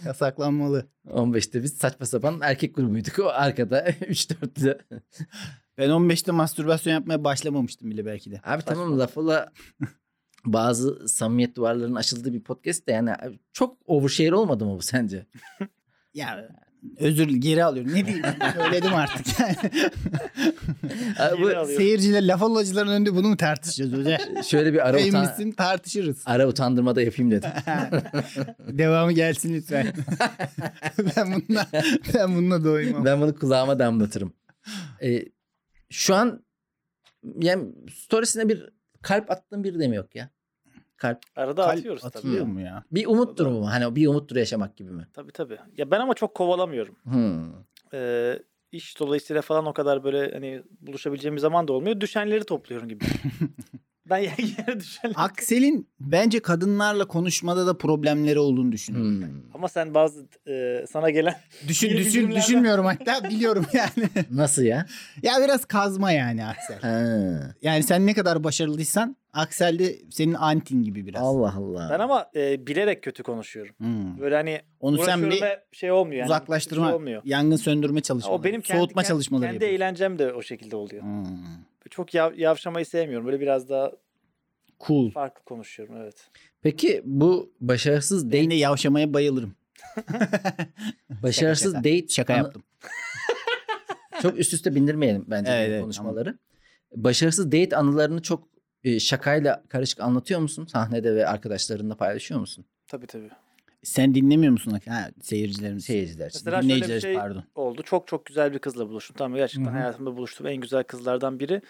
Speaker 1: yasaklanmalı.
Speaker 2: 15'te biz saçma sapan erkek grubuyduk. O arkada 3-4'lü.
Speaker 1: Ben 15'te mastürbasyon yapmaya başlamamıştım bile belki de.
Speaker 2: Abi tamam lafla bazı samimiyet duvarlarının aşıldığı bir podcast de yani abi çok overshare olmadı mı bu sence?
Speaker 1: Ya özür geri alıyorum. Ne diyeyim? Söyledim artık. Yani
Speaker 2: Abi bu-
Speaker 3: Geri alıyorum.
Speaker 1: Seyirciler laf alıcıların önünde bunu mu tartışacağız hoca?
Speaker 2: şöyle bir ara,
Speaker 1: Fame
Speaker 2: utan-
Speaker 1: misin tartışırız.
Speaker 2: ara utandırma da yapayım dedim.
Speaker 1: Devamı gelsin lütfen. ben bununla ben bununla doymam.
Speaker 2: ben bunu kulağıma damlatırım. Ee, şu an yani storiesine bir kalp attığım biri de mi yok ya? Kalp.
Speaker 3: Arada
Speaker 1: Kalp
Speaker 3: atıyoruz
Speaker 1: atılıyor
Speaker 3: tabii.
Speaker 1: mu ya?
Speaker 2: Bir umut durumu mu? Hani bir umut duru yaşamak gibi mi?
Speaker 3: Tabii tabii. Ya ben ama çok kovalamıyorum.
Speaker 2: Hmm.
Speaker 3: Ee, iş dolayısıyla falan o kadar böyle hani buluşabileceğim bir zaman da olmuyor. Düşenleri topluyorum gibi. ben yer- yere düşenleri.
Speaker 1: Aksel'in bence kadınlarla konuşmada da problemleri olduğunu düşünüyorum.
Speaker 2: Hmm.
Speaker 3: Ama sen bazı e, sana gelen
Speaker 1: Düşün,
Speaker 3: Yeni
Speaker 1: düşün,
Speaker 3: bilimlerden-
Speaker 1: düşünmüyorum hatta biliyorum yani.
Speaker 2: Nasıl ya?
Speaker 1: ya biraz kazma yani Aksel.
Speaker 2: Ha.
Speaker 1: Yani sen ne kadar başarılıysan Aksel de senin antin gibi biraz.
Speaker 2: Allah Allah.
Speaker 3: ben ama e, bilerek kötü konuşuyorum.
Speaker 1: Hmm.
Speaker 3: Böyle hani
Speaker 1: Onu sen bir
Speaker 3: uğraşıyorum ve şey olmuyor yani.
Speaker 1: uzaklaştırma,
Speaker 3: Şey olmuyor.
Speaker 1: yangın söndürme
Speaker 3: Ya
Speaker 1: çalışmaları,
Speaker 3: O benim kendi,
Speaker 1: soğutma
Speaker 3: kendi-
Speaker 1: çalışmaları
Speaker 3: kendi
Speaker 1: yapıyorsun.
Speaker 3: eğlencem de o şekilde oluyor.
Speaker 1: Hmm.
Speaker 3: Çok yav- yavşamayı sevmiyorum. Böyle biraz daha
Speaker 1: Cool.
Speaker 3: farklı konuşuyorum evet.
Speaker 2: Peki bu başarısız
Speaker 1: Ben de
Speaker 2: date,
Speaker 1: yavşamaya bayılırım.
Speaker 2: başarısız
Speaker 1: şaka.
Speaker 2: date
Speaker 1: Şaka
Speaker 2: anı-
Speaker 1: yaptım.
Speaker 2: Çok üst üste bindirmeyelim bence
Speaker 1: Evet,
Speaker 2: bu
Speaker 1: evet,
Speaker 2: konuşmaları. Başarısız date anılarını çok e, şakayla karışık anlatıyor musun? Sahnede ve arkadaşlarınla paylaşıyor musun?
Speaker 3: Tabii tabii.
Speaker 1: Sen dinlemiyor musun? Ha, seyircilerimiz.
Speaker 2: Seyirciler için.
Speaker 3: Mesela şöyle bir
Speaker 1: dinleyiciler
Speaker 3: şey-
Speaker 1: pardon.
Speaker 3: oldu. Çok çok güzel bir kızla buluştum. Tamam mı? gerçekten
Speaker 2: Hı hı.
Speaker 3: hayatımda buluştuğum en güzel kızlardan biri.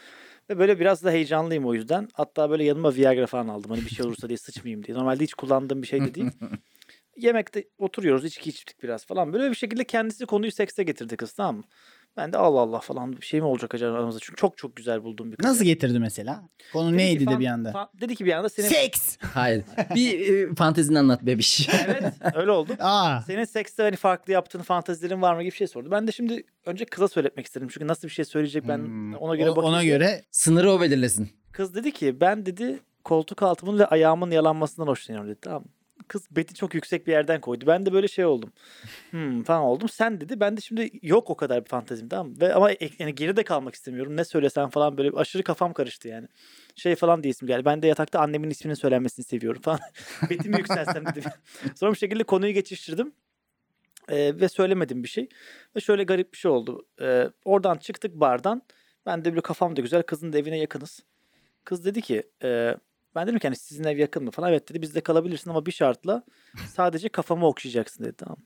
Speaker 3: Ve böyle biraz da heyecanlıyım o yüzden. Hatta böyle yanıma Viagra falan aldım. Hani bir şey olursa diye sıçmayayım diye. Normalde hiç kullandığım bir şey de değil. Yemekte oturuyoruz, içki içtik biraz falan. Böyle bir şekilde kendisi konuyu sekse getirdi kız tamam mı? Ben de Allah Allah falan bir şey mi olacak acaba aramızda? Çünkü çok çok güzel bulduğum bir kız.
Speaker 1: Nasıl getirdi mesela? Konu
Speaker 3: Dedi ki
Speaker 1: neydi de
Speaker 3: falan-
Speaker 1: bir anda?
Speaker 3: falan- dedi ki bir anda senin...
Speaker 1: Seks.
Speaker 2: Hayır. bir e, fantezini anlat bebiş.
Speaker 3: evet öyle oldu.
Speaker 1: Aa.
Speaker 3: Senin sekste hani farklı yaptığın fantezilerin var mı gibi bir şey sordu. Ben de şimdi önce kıza söyletmek istedim. Çünkü nasıl bir şey söyleyecek ben
Speaker 1: Hmm.
Speaker 3: ona göre
Speaker 1: O-
Speaker 3: bakayım.
Speaker 1: ona göre
Speaker 2: Sınırı o belirlesin.
Speaker 3: Kız dedi ki ben dedi koltuk altımın ve ayağımın yalanmasından hoşlanıyorum dedi. Tamam. Kız beti çok yüksek bir yerden koydu. Ben de böyle şey oldum. Hmm falan oldum. Sen dedi ben de şimdi yok o kadar bir fantezim tamam mı? Ve ama ek- yani geride kalmak istemiyorum. Ne söylesen falan böyle aşırı kafam karıştı yani. Şey falan diye isim geldi. Ben de yatakta annemin isminin söylenmesini seviyorum falan. Betimi yükselsem dedim. Sonra bir şekilde konuyu geçiştirdim. Ee, ve söylemedim bir şey. Ve şöyle garip bir şey oldu. Ee, oradan çıktık bardan. Ben de böyle kafam da güzel. Kızın da evine yakınız. Kız dedi ki e, ben dedim ki hani sizin ev yakın mı falan. Evet dedi bizde kalabilirsin ama bir şartla sadece kafamı okşayacaksın dedi tamam.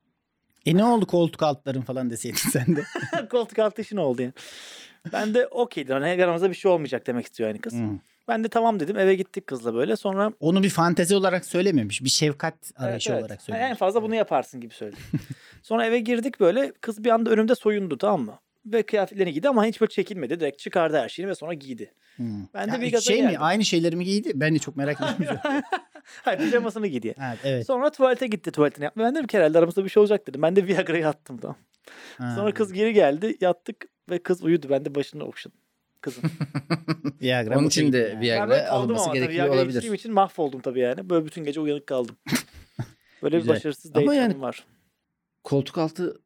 Speaker 1: e ne oldu koltuk altların falan deseydin sen de.
Speaker 3: Koltuk altı işin oldu yani. Ben de okey dedim. Hani aramızda bir şey olmayacak demek istiyor yani kız.
Speaker 1: Hı.
Speaker 3: Ben de tamam dedim eve gittik kızla böyle. Sonra
Speaker 1: Onu bir fantezi olarak söylememiş. Bir şefkat arayışı
Speaker 3: Evet, evet.
Speaker 1: olarak
Speaker 3: Hani
Speaker 1: söylemiş.
Speaker 3: En fazla bunu yaparsın gibi söyledi. Sonra eve girdik böyle kız bir anda önümde soyundu tamam mı? Ve kıyafetlerini giydi ama hiç böyle çekilmedi. Direkt çıkardı her şeyini ve sonra giydi.
Speaker 1: Hı.
Speaker 3: Ben de
Speaker 1: Ya
Speaker 3: bir gaza
Speaker 1: şey mi?
Speaker 3: geldim.
Speaker 1: Aynı şeyleri mi giydi? Ben de çok merak ediyorum.
Speaker 3: Hayır pijamasını giydi. yani.
Speaker 1: evet. evet.
Speaker 3: Sonra tuvalete gitti tuvaletini yapmaya. Ben dedim ki herhalde aramızda bir şey olacak dedim. Ben de Viagra'yı attım tamam.
Speaker 1: Ha.
Speaker 3: Sonra kız geri geldi yattık ve kız uyudu. Ben de başını okşadım kızın.
Speaker 1: Viagra
Speaker 2: Onun
Speaker 1: boşa
Speaker 2: için
Speaker 1: gitti
Speaker 2: de
Speaker 1: yani.
Speaker 3: ben
Speaker 2: Viagra
Speaker 3: böyle kaldım
Speaker 2: alınması
Speaker 3: ama tabii
Speaker 2: gerekiyor
Speaker 3: Viagra içtiğim
Speaker 2: olabilir.
Speaker 3: için mahvoldum tabii yani. Böyle bütün gece uyanık kaldım. Böyle bir
Speaker 2: Güzel.
Speaker 3: başarısız
Speaker 2: Ama
Speaker 3: date
Speaker 2: yani-
Speaker 3: anım var.
Speaker 2: Koltuk altı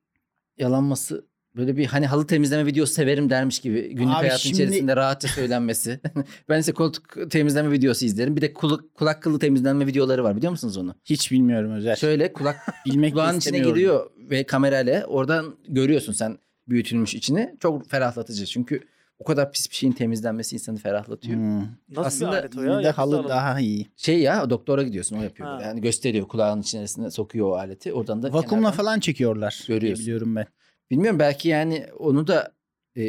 Speaker 2: yalanması böyle bir hani halı temizleme videosu severim dermiş gibi günlük
Speaker 1: Abi
Speaker 2: hayatın
Speaker 1: şimdi-
Speaker 2: içerisinde rahatça söylenmesi. ben ise koltuk temizleme videosu izlerim. Bir de kulak, kulak kılı temizlenme videoları var biliyor musunuz onu?
Speaker 1: Hiç bilmiyorum özel.
Speaker 2: Şöyle kulak
Speaker 1: Bilmek de
Speaker 2: kulağın içine
Speaker 1: istemiyorum.
Speaker 2: giriyor ve kamerayla oradan görüyorsun sen büyütülmüş içini. Çok ferahlatıcı çünkü o kadar pis bir şeyin temizlenmesi insanı ferahlatıyor.
Speaker 1: Hı.
Speaker 3: Nasıl
Speaker 2: Aslında
Speaker 3: bir alet o ya?
Speaker 1: Yine de
Speaker 3: Yapısı
Speaker 1: halı
Speaker 3: alalım.
Speaker 1: daha iyi.
Speaker 2: Şey ya doktora gidiyorsun o yapıyor.
Speaker 3: Ha.
Speaker 2: böyle. Yani gösteriyor kulağın içerisine sokuyor o aleti. Oradan da
Speaker 1: Vakumla
Speaker 2: kenardan-
Speaker 1: falan çekiyorlar. Görüyorsun.
Speaker 2: Görüyorsun.
Speaker 1: Biliyorum ben.
Speaker 2: Bilmiyorum belki yani onu da e,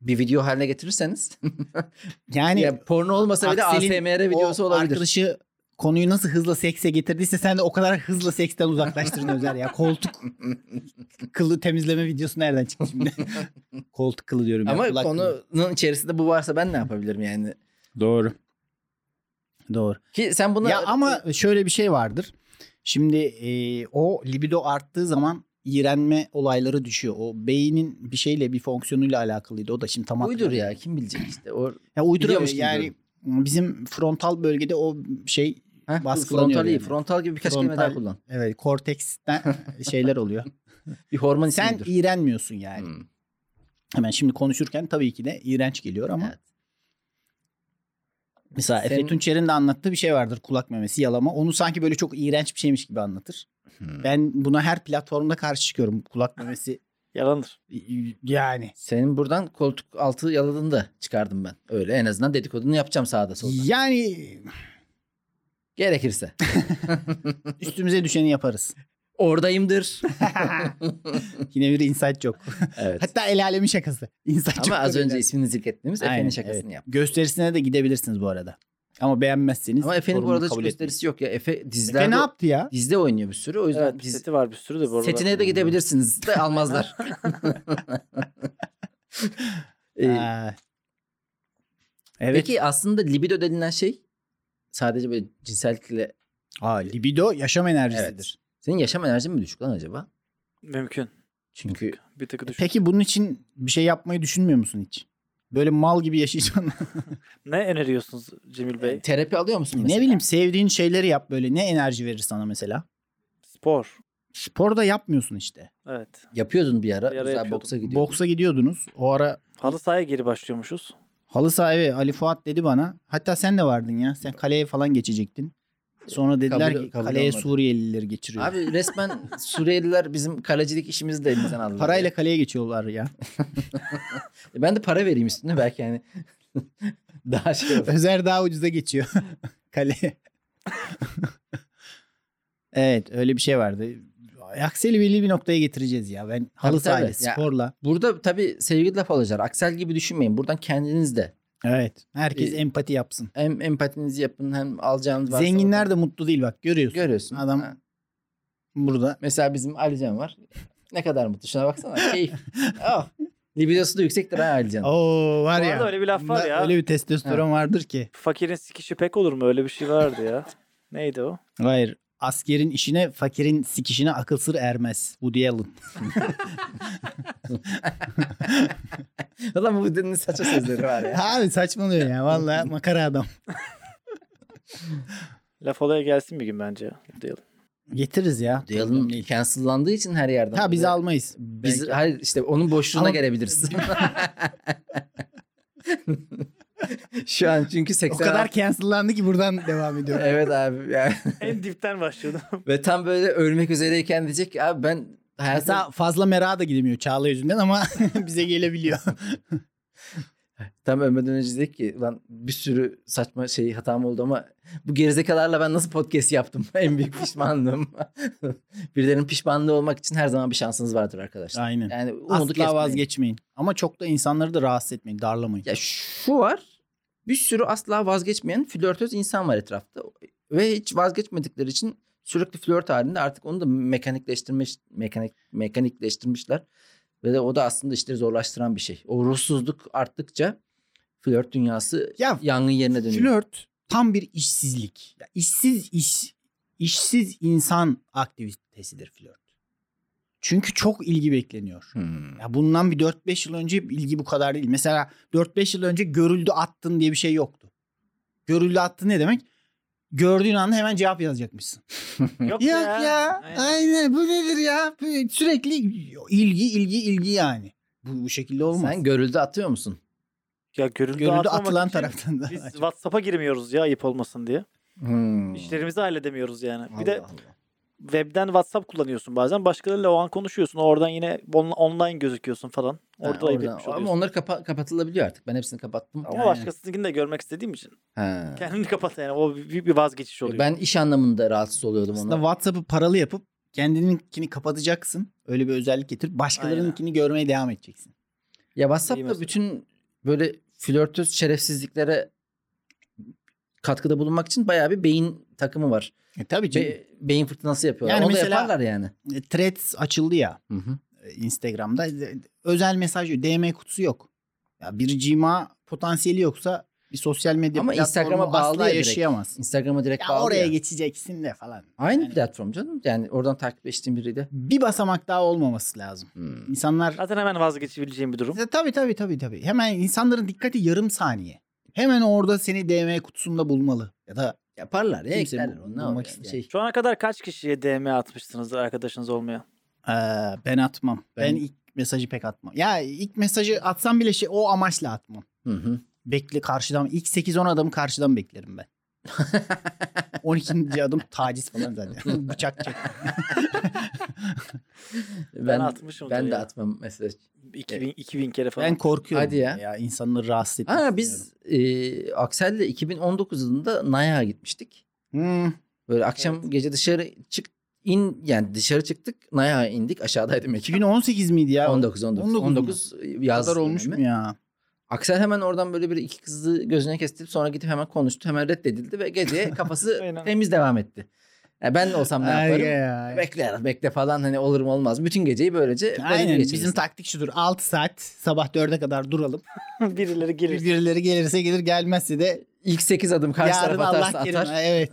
Speaker 2: bir video haline getirirseniz.
Speaker 1: Yani
Speaker 2: yani porno olmasa bile
Speaker 1: Hani Aksel'in
Speaker 2: ASMR videosu
Speaker 1: o
Speaker 2: olabilir.
Speaker 1: arkadaşı konuyu nasıl hızla sekse getirdiyse sen de o kadar hızla seksten uzaklaştırdın Özer ya. Koltuk kılı temizleme videosu nereden çıktı şimdi? Koltuk kılı diyorum ya.
Speaker 2: Ama
Speaker 1: kulak kılı.
Speaker 2: konunun içerisinde bu varsa ben ne yapabilirim yani?
Speaker 1: Doğru. Doğru.
Speaker 2: Ki sen buna
Speaker 1: Ya ama şöyle bir şey vardır. Şimdi e, o libido arttığı zaman iğrenme olayları düşüyor. O beynin bir şeyle bir fonksiyonuyla alakalıydı. O da şimdi tam
Speaker 2: uydur
Speaker 1: hatırlamıyorum.
Speaker 2: ya kim bilecek işte. O
Speaker 1: Ya uyduruyor
Speaker 2: Biliyormuş gibi
Speaker 1: yani bizim frontal bölgede o şey
Speaker 2: Heh,
Speaker 1: Baskılanıyor
Speaker 2: frontal iyi.
Speaker 1: yani.
Speaker 2: Frontal gibi birkaç kelime
Speaker 1: Frontal-
Speaker 2: daha kullan.
Speaker 1: evet korteksten şeyler oluyor.
Speaker 2: Bir hormon
Speaker 1: Sen
Speaker 2: ismidir.
Speaker 1: iğrenmiyorsun yani.
Speaker 2: Hmm.
Speaker 1: Hemen şimdi konuşurken tabii ki de iğrenç geliyor ama.
Speaker 2: Evet.
Speaker 1: Mesela Efe
Speaker 2: Senin-
Speaker 1: Tunçer'in de anlattığı bir şey vardır kulak memesi yalama. Onu sanki böyle çok iğrenç bir şeymiş gibi anlatır.
Speaker 2: Hmm.
Speaker 1: Ben buna her platformda karşı çıkıyorum kulak memesi
Speaker 3: Yalanır.
Speaker 1: yani.
Speaker 2: Senin buradan koltuk altı yaladığını da çıkardım ben. Öyle en azından dedikodunu yapacağım sağda solda.
Speaker 1: Yani
Speaker 2: Gerekirse.
Speaker 1: üstümüze düşeni yaparız.
Speaker 2: Oradayımdır.
Speaker 1: Yine bir insight çok.
Speaker 2: evet.
Speaker 1: Hatta el alemin şakası. Insight
Speaker 2: Ama
Speaker 1: joke
Speaker 2: az
Speaker 1: tabii
Speaker 2: önce
Speaker 1: yani.
Speaker 2: ismini zikrettiğimiz
Speaker 1: Aynen,
Speaker 2: Efe'nin şakasını
Speaker 1: evet.
Speaker 2: yap.
Speaker 1: Gösterisine de gidebilirsiniz bu arada. Ama beğenmezseniz
Speaker 2: Ama Efe'nin bu
Speaker 1: sorumlu
Speaker 2: arada hiç
Speaker 1: kabul etmeyin.
Speaker 2: gösterisi yok ya. Efe dizlerde,
Speaker 1: Efe ne yaptı ya?
Speaker 2: dizde oynuyor bir sürü. O yüzden
Speaker 3: Evet bir
Speaker 2: diz-
Speaker 3: seti var bir sürü de bu arada.
Speaker 2: setine de gidebilirsiniz. de almazlar. Ee,
Speaker 1: Aa. Evet.
Speaker 2: Peki aslında libido denilen şey sadece böyle cinsellikle
Speaker 1: Aa, libido yaşam enerjisidir.
Speaker 2: Evet. senin yaşam enerjin mi düşük lan acaba?
Speaker 3: Mümkün.
Speaker 2: Çünkü
Speaker 3: Bir tık düşün.
Speaker 1: Peki bunun için bir şey yapmayı düşünmüyor musun hiç? Böyle mal gibi yaşayacaksın.
Speaker 3: Ne öneriyorsunuz Cemil Bey?
Speaker 2: terapi alıyor musun mesela?
Speaker 1: ne bileyim sevdiğin şeyleri yap böyle. Ne enerji verir sana mesela?
Speaker 3: Spor.
Speaker 1: Sporda yapmıyorsun işte.
Speaker 3: Evet.
Speaker 2: Yapıyordun bir ara.
Speaker 3: Bir ara
Speaker 2: mesela
Speaker 3: yapıyordum.
Speaker 2: boksa gidiyordun.
Speaker 1: Boksa gidiyordunuz. O ara
Speaker 3: Halı sahaya geri başlıyormuşuz.
Speaker 1: halı sahibi Ali Fuat dedi bana. Hatta sen de vardın ya. Sen kaleye falan geçecektin. Sonra dediler
Speaker 2: Kabul-
Speaker 1: ki
Speaker 2: kabul
Speaker 1: kaleye
Speaker 2: olmadı.
Speaker 1: Suriyelileri geçiriyor.
Speaker 2: Abi resmen Suriyeliler bizim kalecilik işimizi de elimizden aldılar.
Speaker 1: Parayla kaleye geçiyorlar ya.
Speaker 2: E Ben de para vereyim üstüne belki yani. daha şey olur.
Speaker 1: Özer daha ucuza geçiyor kaleye. evet öyle bir şey vardı. Aksel'i belli bir noktaya getireceğiz ya. Ben halı
Speaker 2: tabii.
Speaker 1: sahayla,
Speaker 2: Ya-
Speaker 1: sporla.
Speaker 2: Burada tabii sevgili laf alacaklar. Aksel gibi düşünmeyin. Buradan kendiniz de
Speaker 1: Evet. Herkes
Speaker 2: Ee,
Speaker 1: empati yapsın.
Speaker 2: hem empatinizi yapın hem alacağınız varsa.
Speaker 1: Zenginler
Speaker 2: oradan-
Speaker 1: de mutlu değil bak görüyorsun.
Speaker 2: Görüyorsun.
Speaker 1: Adam-
Speaker 2: Ha.
Speaker 1: Burada
Speaker 2: Mesela bizim Alican var. Ne kadar mutlu. Şuna baksana. Keyif. Oh. Libidosu da yüksektir ha Alican.
Speaker 1: Oo var
Speaker 3: Bu
Speaker 1: ya.
Speaker 3: arada öyle bir laf var
Speaker 1: Bunda
Speaker 3: ya.
Speaker 1: Öyle bir testosteron vardır ki.
Speaker 3: Fakirin sikişi pek olur mu? Öyle bir şey vardı ya. Neydi o?
Speaker 1: Hayır. Askerin işine, fakirin sikişine akıl sır ermez. Woody Allen.
Speaker 2: Ulan bu dinin saçma sözleri var ya.
Speaker 1: Abi saçmalıyor ya. Vallahi makara adam.
Speaker 3: Laf olaya gelsin bir gün bence. Diyelim.
Speaker 1: Getiririz ya. Problem
Speaker 2: Duyalım
Speaker 1: değil.
Speaker 2: cancellandığı için her yerden.
Speaker 1: Ha bizi
Speaker 2: Böyle-
Speaker 1: almayız.
Speaker 2: Biz hayır işte onun boşluğuna
Speaker 1: Ama-
Speaker 2: gelebiliriz. Şu an çünkü 80
Speaker 1: O kadar cancellandı ki buradan devam ediyor.
Speaker 2: Evet abi yani.
Speaker 3: en dipten başlıyordum.
Speaker 2: Ve tam böyle ölmek üzereyken diyecek ki abi ben hayata
Speaker 1: Mesela fazla Mera da gidemiyor Çağla yüzünden ama bize gelebiliyor.
Speaker 2: tam ölmeden önce dedik ki lan bir sürü saçma şey hatam oldu ama bu gerizekalarla ben nasıl podcast yaptım? en büyük pişmanlığım. Birilerinin pişmanlığı olmak için her zaman bir şansınız vardır arkadaşlar.
Speaker 1: Aynen.
Speaker 2: Yani umudu
Speaker 1: Asla
Speaker 2: kesmeyin.
Speaker 1: vazgeçmeyin. Ama çok da insanları da rahatsız etmeyin. Darlamayın.
Speaker 2: Ya şu var. Bir sürü asla vazgeçmeyen flörtöz insan var etrafta. Ve hiç vazgeçmedikleri için sürekli flört halinde artık onu da mekanikleştirmiş mekanik mekanikleştirmişler. Ve de o da aslında işleri zorlaştıran bir şey. O ruhsuzluk arttıkça flört dünyası
Speaker 1: Ya
Speaker 2: yangın yerine dönüyor.
Speaker 1: flört tam bir işsizlik. Ya işsiz iş işsiz insan aktivitesidir flört. Çünkü çok ilgi bekleniyor.
Speaker 2: Hmm.
Speaker 1: Ya bundan bir 4-5 yıl önce ilgi bu kadar değil. Mesela 4-5 yıl önce görüldü attın diye bir şey yoktu. Görüldü attın ne demek? Gördüğün anda hemen cevap yazacakmışsın.
Speaker 3: Yok
Speaker 1: Yok ya. Aynen.
Speaker 3: Aynen.
Speaker 1: Bu nedir ya? Bu- Sürekli ilgi ilgi ilgi yani. Bu, bu şekilde olmaz.
Speaker 2: Sen görüldü atıyor musun?
Speaker 3: Ya görüldü,
Speaker 1: Görüldü
Speaker 3: atmamak
Speaker 1: atılan
Speaker 3: için
Speaker 1: taraftan da.
Speaker 3: şey- Biz WhatsApp'a girmiyoruz ya ayıp olmasın diye.
Speaker 2: Hmm.
Speaker 3: İşlerimizi halledemiyoruz yani. Bir de
Speaker 2: Allah Allah.
Speaker 3: webden WhatsApp kullanıyorsun bazen. Başkalarıyla o an konuşuyorsun. Oradan yine on- online gözüküyorsun falan.
Speaker 2: Ha,
Speaker 3: Orada ayıp
Speaker 2: oradan-
Speaker 3: etmiş
Speaker 2: Ama
Speaker 3: oluyorsun.
Speaker 2: onlar kapa- kapatılabiliyor artık. Ben hepsini kapattım.
Speaker 3: Ama
Speaker 2: Yani-
Speaker 3: başkasınınkini de görmek istediğim için.
Speaker 2: Ha. E
Speaker 3: Kendini kapat yani. O büyük bir vazgeçiş oluyor.
Speaker 2: Ben iş anlamında rahatsız oluyordum
Speaker 1: Aslında
Speaker 2: ona.
Speaker 1: WhatsApp'ı paralı yapıp kendininkini kapatacaksın. Öyle bir özellik getirip başkalarınınkini görmeye devam edeceksin.
Speaker 2: Ya
Speaker 3: İyi
Speaker 2: WhatsApp'ta
Speaker 3: mesela.
Speaker 2: bütün böyle flörtöz şerefsizliklere katkıda bulunmak için bayağı bir beyin takımı var.
Speaker 1: E, tabii
Speaker 2: Be-
Speaker 1: ki.
Speaker 2: beyin fırtınası yapıyorlar.
Speaker 1: Yani
Speaker 2: Onu
Speaker 1: mesela-
Speaker 2: da yaparlar yani.
Speaker 1: Threads açıldı ya
Speaker 2: Hı hı.
Speaker 1: e, Instagram'da. E, Özel mesaj DM kutusu yok. Ya bir cima potansiyeli yoksa bir sosyal medya
Speaker 2: Ama
Speaker 1: platformu
Speaker 2: Instagram'a bağlı
Speaker 1: asla
Speaker 2: ya direkt.
Speaker 1: yaşayamaz.
Speaker 2: Instagram'a direkt
Speaker 1: Ya
Speaker 2: bağlı
Speaker 1: oraya
Speaker 2: ya.
Speaker 1: geçeceksin de falan.
Speaker 2: Aynı
Speaker 1: Yani-
Speaker 2: platform canım. Yani oradan takipleştiğim biri de.
Speaker 1: Bir basamak daha olmaması lazım.
Speaker 2: Hmm.
Speaker 1: İnsanlar
Speaker 3: Zaten hemen vazgeçebileceğim bir durum.
Speaker 1: E, Tabii tabii tabii tabii. Hemen insanların dikkati yarım saniye. Hemen orada seni DM kutusunda bulmalı. Ya da
Speaker 2: Yaparlar ya.
Speaker 1: Kimse
Speaker 2: eklerler
Speaker 1: bu-
Speaker 2: onu. Ne
Speaker 1: bulmak
Speaker 2: yapıyor yani?
Speaker 1: isteyen.
Speaker 2: Şey,
Speaker 3: Şu ana kadar kaç kişiye DM atmışsınızdır arkadaşınız olmayan?
Speaker 1: eee, ben atmam. Ben,
Speaker 2: Ben-
Speaker 1: ilk mesajı pek atmam. Ya ilk mesajı atsam bile şey o amaçla atmam.
Speaker 2: Hı hı.
Speaker 1: Bekle karşıdan ilk 8-10 adamı karşıdan beklerim ben. 12. adım taciz falan zaten. Bıçak çek.
Speaker 2: Ben,
Speaker 3: Ben
Speaker 2: ben,
Speaker 3: atmışım
Speaker 2: ben
Speaker 3: da
Speaker 2: de
Speaker 3: ya.
Speaker 2: atmam mesaj.
Speaker 3: 2000, 2000 kere falan.
Speaker 1: Ben korkuyorum.
Speaker 2: Hadi ya.
Speaker 1: insanları rahatsız etmek
Speaker 2: Ha biz e, Aksel'le 2019 yılında Naya'ya gitmiştik.
Speaker 1: istemiyorum. Hmm.
Speaker 2: Böyle akşam gece dışarı çık in yani dışarı çıktık. Naya indik.
Speaker 1: Hmm.
Speaker 2: Aşağıdaydım ekip.
Speaker 1: 2018 miydi ya?
Speaker 2: 19 19
Speaker 1: 19 mu?
Speaker 2: 19
Speaker 1: O
Speaker 2: yaz.
Speaker 1: kadar olmuş
Speaker 2: dönemi.
Speaker 1: mu ya?
Speaker 2: Aksel hemen oradan böyle bir iki kızı gözüne kestirip sonra gidip hemen konuştu. Hemen reddedildi ve gece kafası
Speaker 3: Aynen.
Speaker 2: temiz devam etti. Yani ben olsam ne yaparım?
Speaker 1: Ay, ay, ay.
Speaker 2: Bekle bekle falan hani olur mu olmaz. mı? Bütün geceyi böylece
Speaker 1: Aynen
Speaker 2: geçiririz.
Speaker 1: bizim taktik şudur. 6 saat sabah 4'e kadar duralım.
Speaker 3: Birileri gelir.
Speaker 1: Birileri gelirse gelir gelmezse de
Speaker 2: ilk 8 adım karşı
Speaker 1: yarın
Speaker 2: tarafa atarsa
Speaker 1: Allah kerim.
Speaker 2: atar.
Speaker 1: Evet.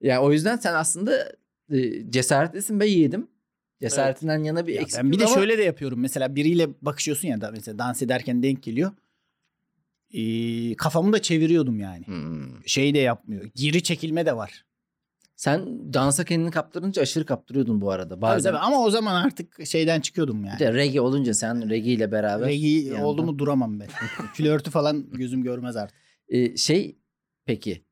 Speaker 2: yani o yüzden sen aslında e, cesaretlisin be yiğidim. Cesaretinden yana bir
Speaker 1: Ya
Speaker 2: eksik.
Speaker 1: ben bir de
Speaker 2: yok ama-
Speaker 1: şöyle de yapıyorum. Mesela biriyle bakışıyorsun ya da mesela dans ederken denk geliyor. Ee, kafamı da çeviriyordum yani.
Speaker 2: Hmm.
Speaker 1: Şey de yapmıyor. Geri çekilme de var.
Speaker 2: Sen dansa kendini kaptırınca aşırı kaptırıyordun bu arada.
Speaker 1: Tabii,
Speaker 2: Bazen
Speaker 1: tabii. Ama o zaman artık şeyden çıkıyordum
Speaker 2: bir
Speaker 1: yani.
Speaker 2: de reggae olunca sen reggae ile beraber
Speaker 1: Regi
Speaker 2: yandan.
Speaker 1: oldu mu duramam ben. Flörtü falan gözüm görmez artık.
Speaker 2: Ee, şey peki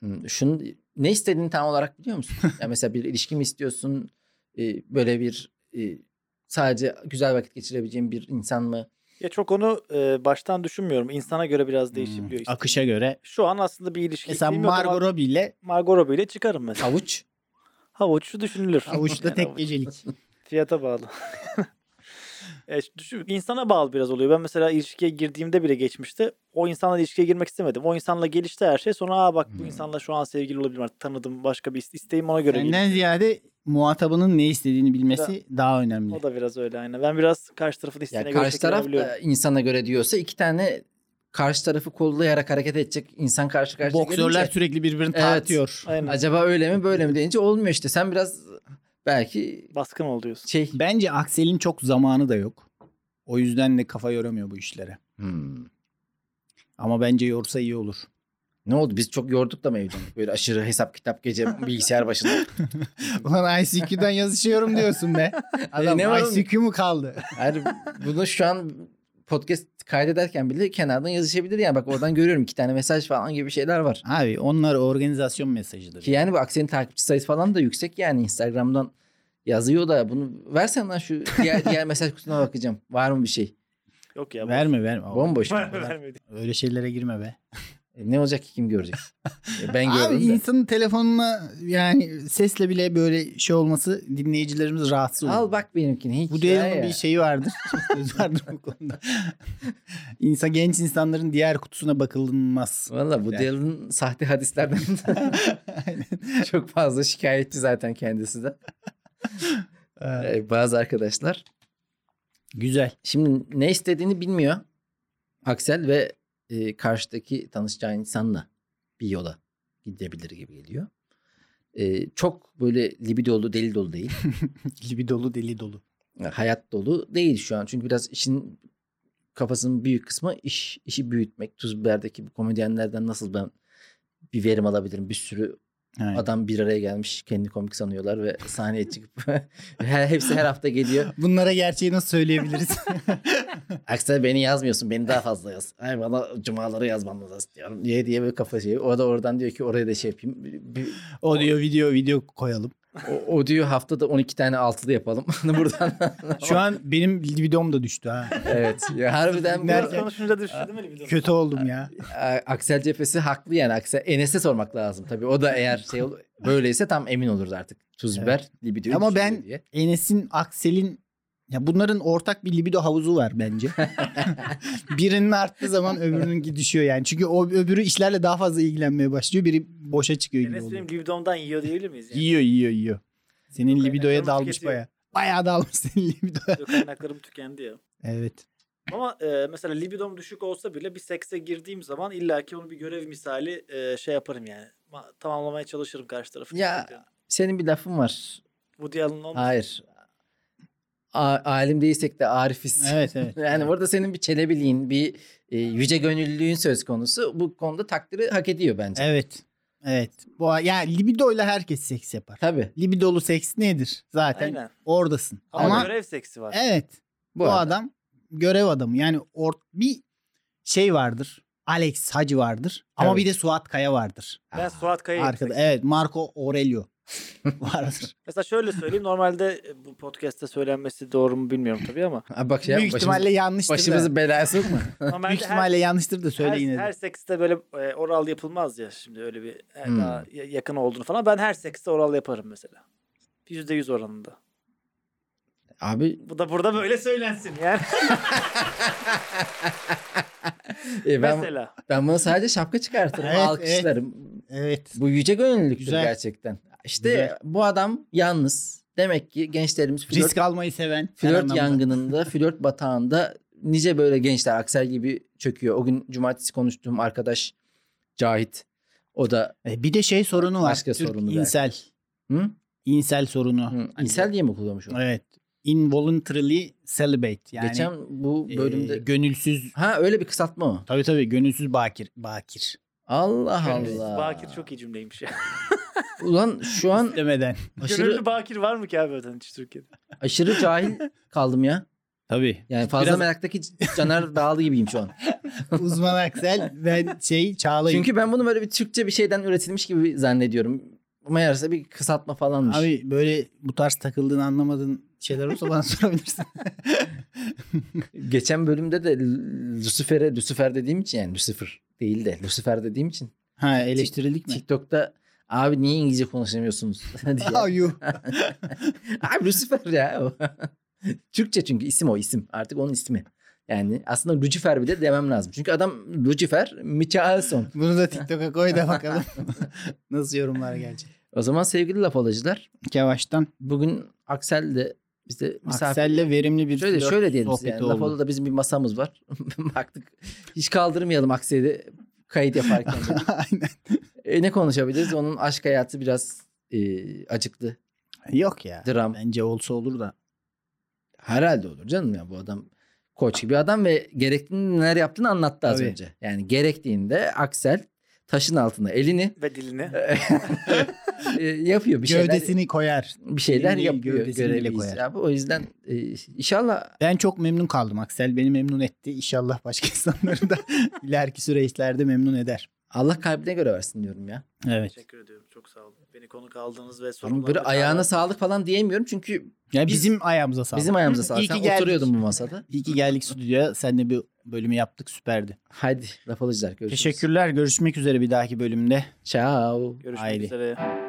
Speaker 2: Hmm, Şunu ne istediğini tam olarak biliyor musun? ya mesela bir ilişki mi istiyorsun? Ee, böyle bir e, sadece güzel vakit geçirebileceğin bir insan mı?
Speaker 3: Ya çok onu e, baştan düşünmüyorum. İnsana göre biraz
Speaker 2: Hmm.
Speaker 3: değişebiliyor. işte.
Speaker 1: Hmm. Akışa göre.
Speaker 3: Şu an aslında bir ilişki
Speaker 1: Mesela
Speaker 3: isteğim yok ama
Speaker 1: Margot Robbie ile
Speaker 3: Margot Robbie ile çıkarım mesela.
Speaker 2: Havuç.
Speaker 3: Havuç şu düşünülür.
Speaker 1: avuçta
Speaker 3: Yani
Speaker 1: tek
Speaker 3: havuç.
Speaker 1: gecelik.
Speaker 3: Fiyata bağlı. e, şu- düşün, insana bağlı biraz oluyor. Ben mesela ilişkiye girdiğimde bile geçmişti. O insanla ilişkiye girmek istemedim. O insanla gelişti her şey. Sonra aa bak bu
Speaker 2: Hmm.
Speaker 3: insanla şu an sevgili olabilirim artık tanıdım. Başka bir iste- isteğim ona göre.
Speaker 1: Senden ziyade muhatabının ne istediğini bilmesi daha
Speaker 3: gelişti.
Speaker 1: önemli.
Speaker 3: O da biraz öyle aynen. Ben biraz karşı tarafın
Speaker 2: Ya
Speaker 3: isteğine göre
Speaker 2: karşı taraf
Speaker 3: şekillenebiliyorum.
Speaker 2: da insana göre diyorsa iki tane karşı tarafı kollayarak hareket edecek insan karşı karşıya
Speaker 1: Boksörler
Speaker 2: gelince,
Speaker 1: sürekli birbirini
Speaker 2: Evet.
Speaker 1: tartıyor.
Speaker 3: Aynen.
Speaker 2: acaba öyle mi böyle mi deyince olmuyor işte. Sen biraz belki
Speaker 3: Baskın ol diyorsun.
Speaker 2: şey
Speaker 1: Bence Aksel'in çok zamanı da yok. O yüzden de kafa yoramıyor bu işlere.
Speaker 2: Hmm.
Speaker 1: Ama bence yorsa iyi olur.
Speaker 2: ne oldu biz çok yorduk da mı evlendik? Böyle aşırı hesap kitap gece bilgisayar başında.
Speaker 1: Ulan ICQ'dan yazışıyorum diyorsun be. E, Adam
Speaker 2: ne var oğlum?
Speaker 1: ICQ mu kaldı?
Speaker 2: Yani bunu şu an podcast kaydederken bile kenardan yazışabilir yani. Bak oradan görüyorum iki tane mesaj falan gibi şeyler var.
Speaker 1: Abi onlar organizasyon mesajıdır.
Speaker 2: Ki yani bu Aksen'in takipçi sayısı falan da yüksek yani Instagram'dan yazıyor da bunu versen lan şu diğer, diğer mesaj kutuna bakacağım. Var mı bir şey?
Speaker 3: Yok ya.
Speaker 1: Verme verme.
Speaker 2: Bomboş. E,
Speaker 3: Vermedi.
Speaker 1: Öyle şeylere girme be.
Speaker 2: ne olacak ki kim görecek? E, ben
Speaker 1: Abi
Speaker 2: gördüm
Speaker 1: insanın telefonuna yani sesle bile böyle şey olması dinleyicilerimiz rahatsız
Speaker 2: de.
Speaker 1: olur.
Speaker 2: Al bak benimkini hiç.
Speaker 1: Bu
Speaker 2: ya
Speaker 1: değerli
Speaker 2: Şey ya.
Speaker 1: bir şeyi vardır. Söz vardır bu konuda. İnsan genç insanların diğer kutusuna bakılmaz.
Speaker 2: Valla bu
Speaker 1: Yani.
Speaker 2: Dylan'ın sahte hadislerden çok fazla şikayetçi zaten kendisi de.
Speaker 1: Ee,
Speaker 2: E, Bazı arkadaşlar
Speaker 1: Güzel.
Speaker 2: Şimdi ne istediğini bilmiyor Aksel ve e, karşıdaki tanışacağı insanla bir yola gidebilir gibi geliyor. E, çok böyle libi dolu deli dolu değil.
Speaker 1: Gibi dolu deli dolu.
Speaker 2: hayat dolu değil şu an. Çünkü biraz işin kafasının büyük kısmı iş, işi büyütmek. Tuz Biber'deki bu komedyenlerden nasıl ben bir verim alabilirim? Bir sürü
Speaker 1: Aynen.
Speaker 2: adam bir araya gelmiş. Kendi komik sanıyorlar ve sahneye çıkıp her, hepsi her hafta geliyor.
Speaker 1: Bunlara gerçeği nasıl söyleyebiliriz?
Speaker 2: Aksel beni yazmıyorsun. Beni daha fazla yaz. Ay bana cumaları yazmanı lazım diyorum. Diye diye böyle kafa şey. O da oradan diyor ki oraya da şey yapayım. Bir- bir-
Speaker 1: Audio video video koyalım.
Speaker 2: o, o diyor haftada 12 tane altılı yapalım. Hani Buradan.
Speaker 1: Şu an benim videom da düştü ha.
Speaker 2: evet. Ya harbiden bu,
Speaker 1: Nerede?
Speaker 3: Konuşunca düştü değil mi? libido?
Speaker 1: Kötü oldum ya.
Speaker 2: A- Aksel cephesi haklı yani. Aksel Enes'e sormak lazım tabii. O da eğer şey ol- böyleyse tam emin oluruz artık. Tuz
Speaker 1: Evet.
Speaker 2: biber libidoyu
Speaker 1: Ama
Speaker 2: düşürüyor
Speaker 1: ben-
Speaker 2: diye.
Speaker 1: Enes'in, Aksel'in ya bunların ortak bir libido havuzu var bence. Birinin arttığı zaman öbürününki düşüyor yani. Çünkü o öbürü işlerle daha fazla ilgilenmeye başlıyor. Biri boşa çıkıyor gibi
Speaker 3: Enes
Speaker 1: oluyor.
Speaker 3: benim libidomdan yiyor diyebilir miyiz? Yani?
Speaker 1: Yiyor yiyor yiyor. Senin
Speaker 3: Yok,
Speaker 1: libidoya
Speaker 3: aynen. Canımız
Speaker 1: dalmış
Speaker 3: tüketiyor.
Speaker 1: baya. Bayağı dalmış senin libidoya.
Speaker 3: Yok, Kaynaklarım tükendi ya.
Speaker 1: Evet.
Speaker 3: Ama e, mesela libidom düşük olsa bile bir sekse girdiğim zaman illaki onu bir görev misali e, şey yaparım yani. Ma- tamamlamaya çalışırım karşı tarafı.
Speaker 2: Ya. Senin bir lafın var.
Speaker 3: Woody Allen olmaz.
Speaker 2: Hayır. A- alim değilsek de Arif'iz.
Speaker 1: Evet evet.
Speaker 2: Yani orada senin bir çelebiliğin, bir e, yüce gönüllülüğün söz konusu. Bu konuda takdiri hak ediyor bence.
Speaker 1: Evet. Evet. Bu ya libidoyla herkes seks yapar.
Speaker 2: Tabii.
Speaker 1: Libidolu seks nedir? Zaten
Speaker 3: Aynen.
Speaker 1: oradasın.
Speaker 3: Ama,
Speaker 1: Ama
Speaker 3: görev seksi var.
Speaker 1: evet.
Speaker 2: Bu,
Speaker 1: Bu,
Speaker 2: arada.
Speaker 1: adam görev adamı. Yani or- bir şey vardır. Alex Hacı vardır. Ama
Speaker 2: Tabii.
Speaker 1: bir de Suat Kaya vardır. Ah,
Speaker 3: Ben Suat Kaya'yı
Speaker 1: Arkada.
Speaker 3: seksi-
Speaker 1: Evet. Marco Aurelio vardır.
Speaker 3: Mesela şöyle söyleyeyim. Normalde e, bu podcast'te söylenmesi doğru mu bilmiyorum tabii ama.
Speaker 2: Ha, bak şey
Speaker 1: Büyük
Speaker 2: başımız-
Speaker 1: ihtimalle yanlıştır da.
Speaker 2: başımızı belaya sokma.
Speaker 3: Normalde
Speaker 1: Büyük
Speaker 3: her-
Speaker 1: ihtimalle yanlıştır da söyle
Speaker 3: her,
Speaker 1: yine de.
Speaker 3: her sekste böyle e, oral yapılmaz ya şimdi öyle bir e,
Speaker 2: Hmm.
Speaker 3: daha ya- yakın olduğunu falan. Ben her sekste oral yaparım mesela. %100 oranında.
Speaker 2: Abi
Speaker 3: Bu da burada böyle söylensin yani.
Speaker 2: e, ben
Speaker 3: mesela.
Speaker 2: ben bunu sadece şapka çıkartırım,
Speaker 1: Evet,
Speaker 2: alkışlarım.
Speaker 1: Evet.
Speaker 2: Bu yüce gönüllülüktür
Speaker 1: Güzel.
Speaker 2: gerçekten. İşte
Speaker 1: Güzel.
Speaker 2: bu adam yalnız. Demek ki gençlerimiz flört,
Speaker 1: Risk almayı seven. her
Speaker 2: flört
Speaker 1: anlamda.
Speaker 2: yangınında, flört batağında nice böyle gençler aksel gibi çöküyor. O gün cumartesi konuştuğum arkadaş Cahit. O da
Speaker 1: E, Bir de şey sorunu var.
Speaker 2: Başka
Speaker 1: Türk
Speaker 2: sorunu belki.
Speaker 1: insel.
Speaker 2: hı?
Speaker 1: İnsel sorunu.
Speaker 2: Hı, insel diye mi kullanmış onu?
Speaker 1: Evet. Involuntarily celibate. Yani
Speaker 2: Geçen bu
Speaker 1: e,
Speaker 2: bölümde...
Speaker 1: gönülsüz
Speaker 2: ha öyle bir kısaltma o.
Speaker 1: tabii tabii gönülsüz bakir bakir.
Speaker 2: Allah
Speaker 3: Gönüllü
Speaker 2: Allah.
Speaker 3: Bakir çok iyi cümleymiş ya.
Speaker 2: Ulan şu an
Speaker 1: Demeden.
Speaker 2: aşırı,
Speaker 3: Gönüllü Bakir var mı ki abi zaten hiç Türkiye'de?
Speaker 2: aşırı cahil kaldım ya.
Speaker 4: Tabii.
Speaker 2: Yani fazla
Speaker 4: Biraz-
Speaker 2: meraktaki Caner Dağlı gibiyim şu an.
Speaker 1: Uzman Aksel ben şey Çağla'yım.
Speaker 2: Çünkü ben bunu böyle bir Türkçe bir şeyden üretilmiş gibi zannediyorum. Meğerse bir kısaltma falanmış.
Speaker 1: Abi böyle bu tarz takıldığını anlamadığın şeyler olsa bana sorabilirsin.
Speaker 2: Geçen bölümde de Lucifer'e Lucifer dediğim için yani Lucifer değil de Lucifer dediğim için
Speaker 1: Ha eleştirildik mi?
Speaker 2: TikTok'ta abi niye İngilizce konuşamıyorsunuz diye.
Speaker 1: Ayuh.
Speaker 2: abi Lucifer ya. o. Türkçe çünkü isim o isim. Artık onun ismi. Yani aslında Lucifer bile demem lazım. Çünkü adam Lucifer Michaelson.
Speaker 1: Bunu da TikTok'a koy da bakalım. Nasıl yorumlar gelecek?
Speaker 2: O zaman sevgili laf alıcılar
Speaker 1: Kevaş'tan
Speaker 2: bugün Aksel de bize misafir
Speaker 1: Aksel'le verimli bir
Speaker 2: Şöyle
Speaker 1: flört
Speaker 2: şöyle diyelim size
Speaker 1: sohbeti
Speaker 2: yani.
Speaker 1: oldu.
Speaker 2: Lafoğlu'da bizim bir masamız var. Baktık hiç kaldırmayalım aksiydi kayıt yaparken. de.
Speaker 1: Aynen.
Speaker 2: E, ne konuşabiliriz? Onun aşk hayatı biraz e, acıklı.
Speaker 1: Yok ya.
Speaker 2: Dram.
Speaker 1: Bence olsa olur da.
Speaker 2: Herhalde olur canım ya bu adam koç gibi adam ve gerektiğinde neler yaptığını anlattı az
Speaker 1: Tabii.
Speaker 2: önce. Yani gerektiğinde Aksel taşın altına elini
Speaker 3: Ve dilini.
Speaker 2: e, yapıyor bir şeyler.
Speaker 1: Gövdesini koyar.
Speaker 2: bir şeyler
Speaker 1: elini değil,
Speaker 2: yapıyor
Speaker 1: gövdesini bile
Speaker 2: görevi
Speaker 1: koyar.
Speaker 2: icabı. O yüzden e, inşallah
Speaker 1: Ben çok memnun kaldım. Aksel beni memnun etti. İnşallah başka insanları da ileriki süreçlerde memnun eder.
Speaker 2: Allah kalbine göre versin diyorum ya.
Speaker 1: Evet.
Speaker 3: Teşekkür ediyorum. Çok sağ olun. Beni konuk aldığınız ve
Speaker 2: Ama
Speaker 3: sorularınız.
Speaker 2: böyle ayağına sağlık falan diyemiyorum çünkü
Speaker 1: Ya
Speaker 2: Biz-
Speaker 1: bizim ayağımıza sağlık.
Speaker 2: Bizim ayağımıza sağlık.
Speaker 1: İyi ki
Speaker 2: Sen
Speaker 1: geldik.
Speaker 2: oturuyordun bu masada.
Speaker 1: İyi ki geldik stüdyoya. Seninle bir bölümü yaptık. Süperdi.
Speaker 2: Haydi laf alacağız. Görüşürüz.
Speaker 1: Teşekkürler. Görüşmek üzere bir dahaki bölümde.
Speaker 2: Ciao.
Speaker 3: Görüşmek
Speaker 1: Haydi.
Speaker 3: üzere.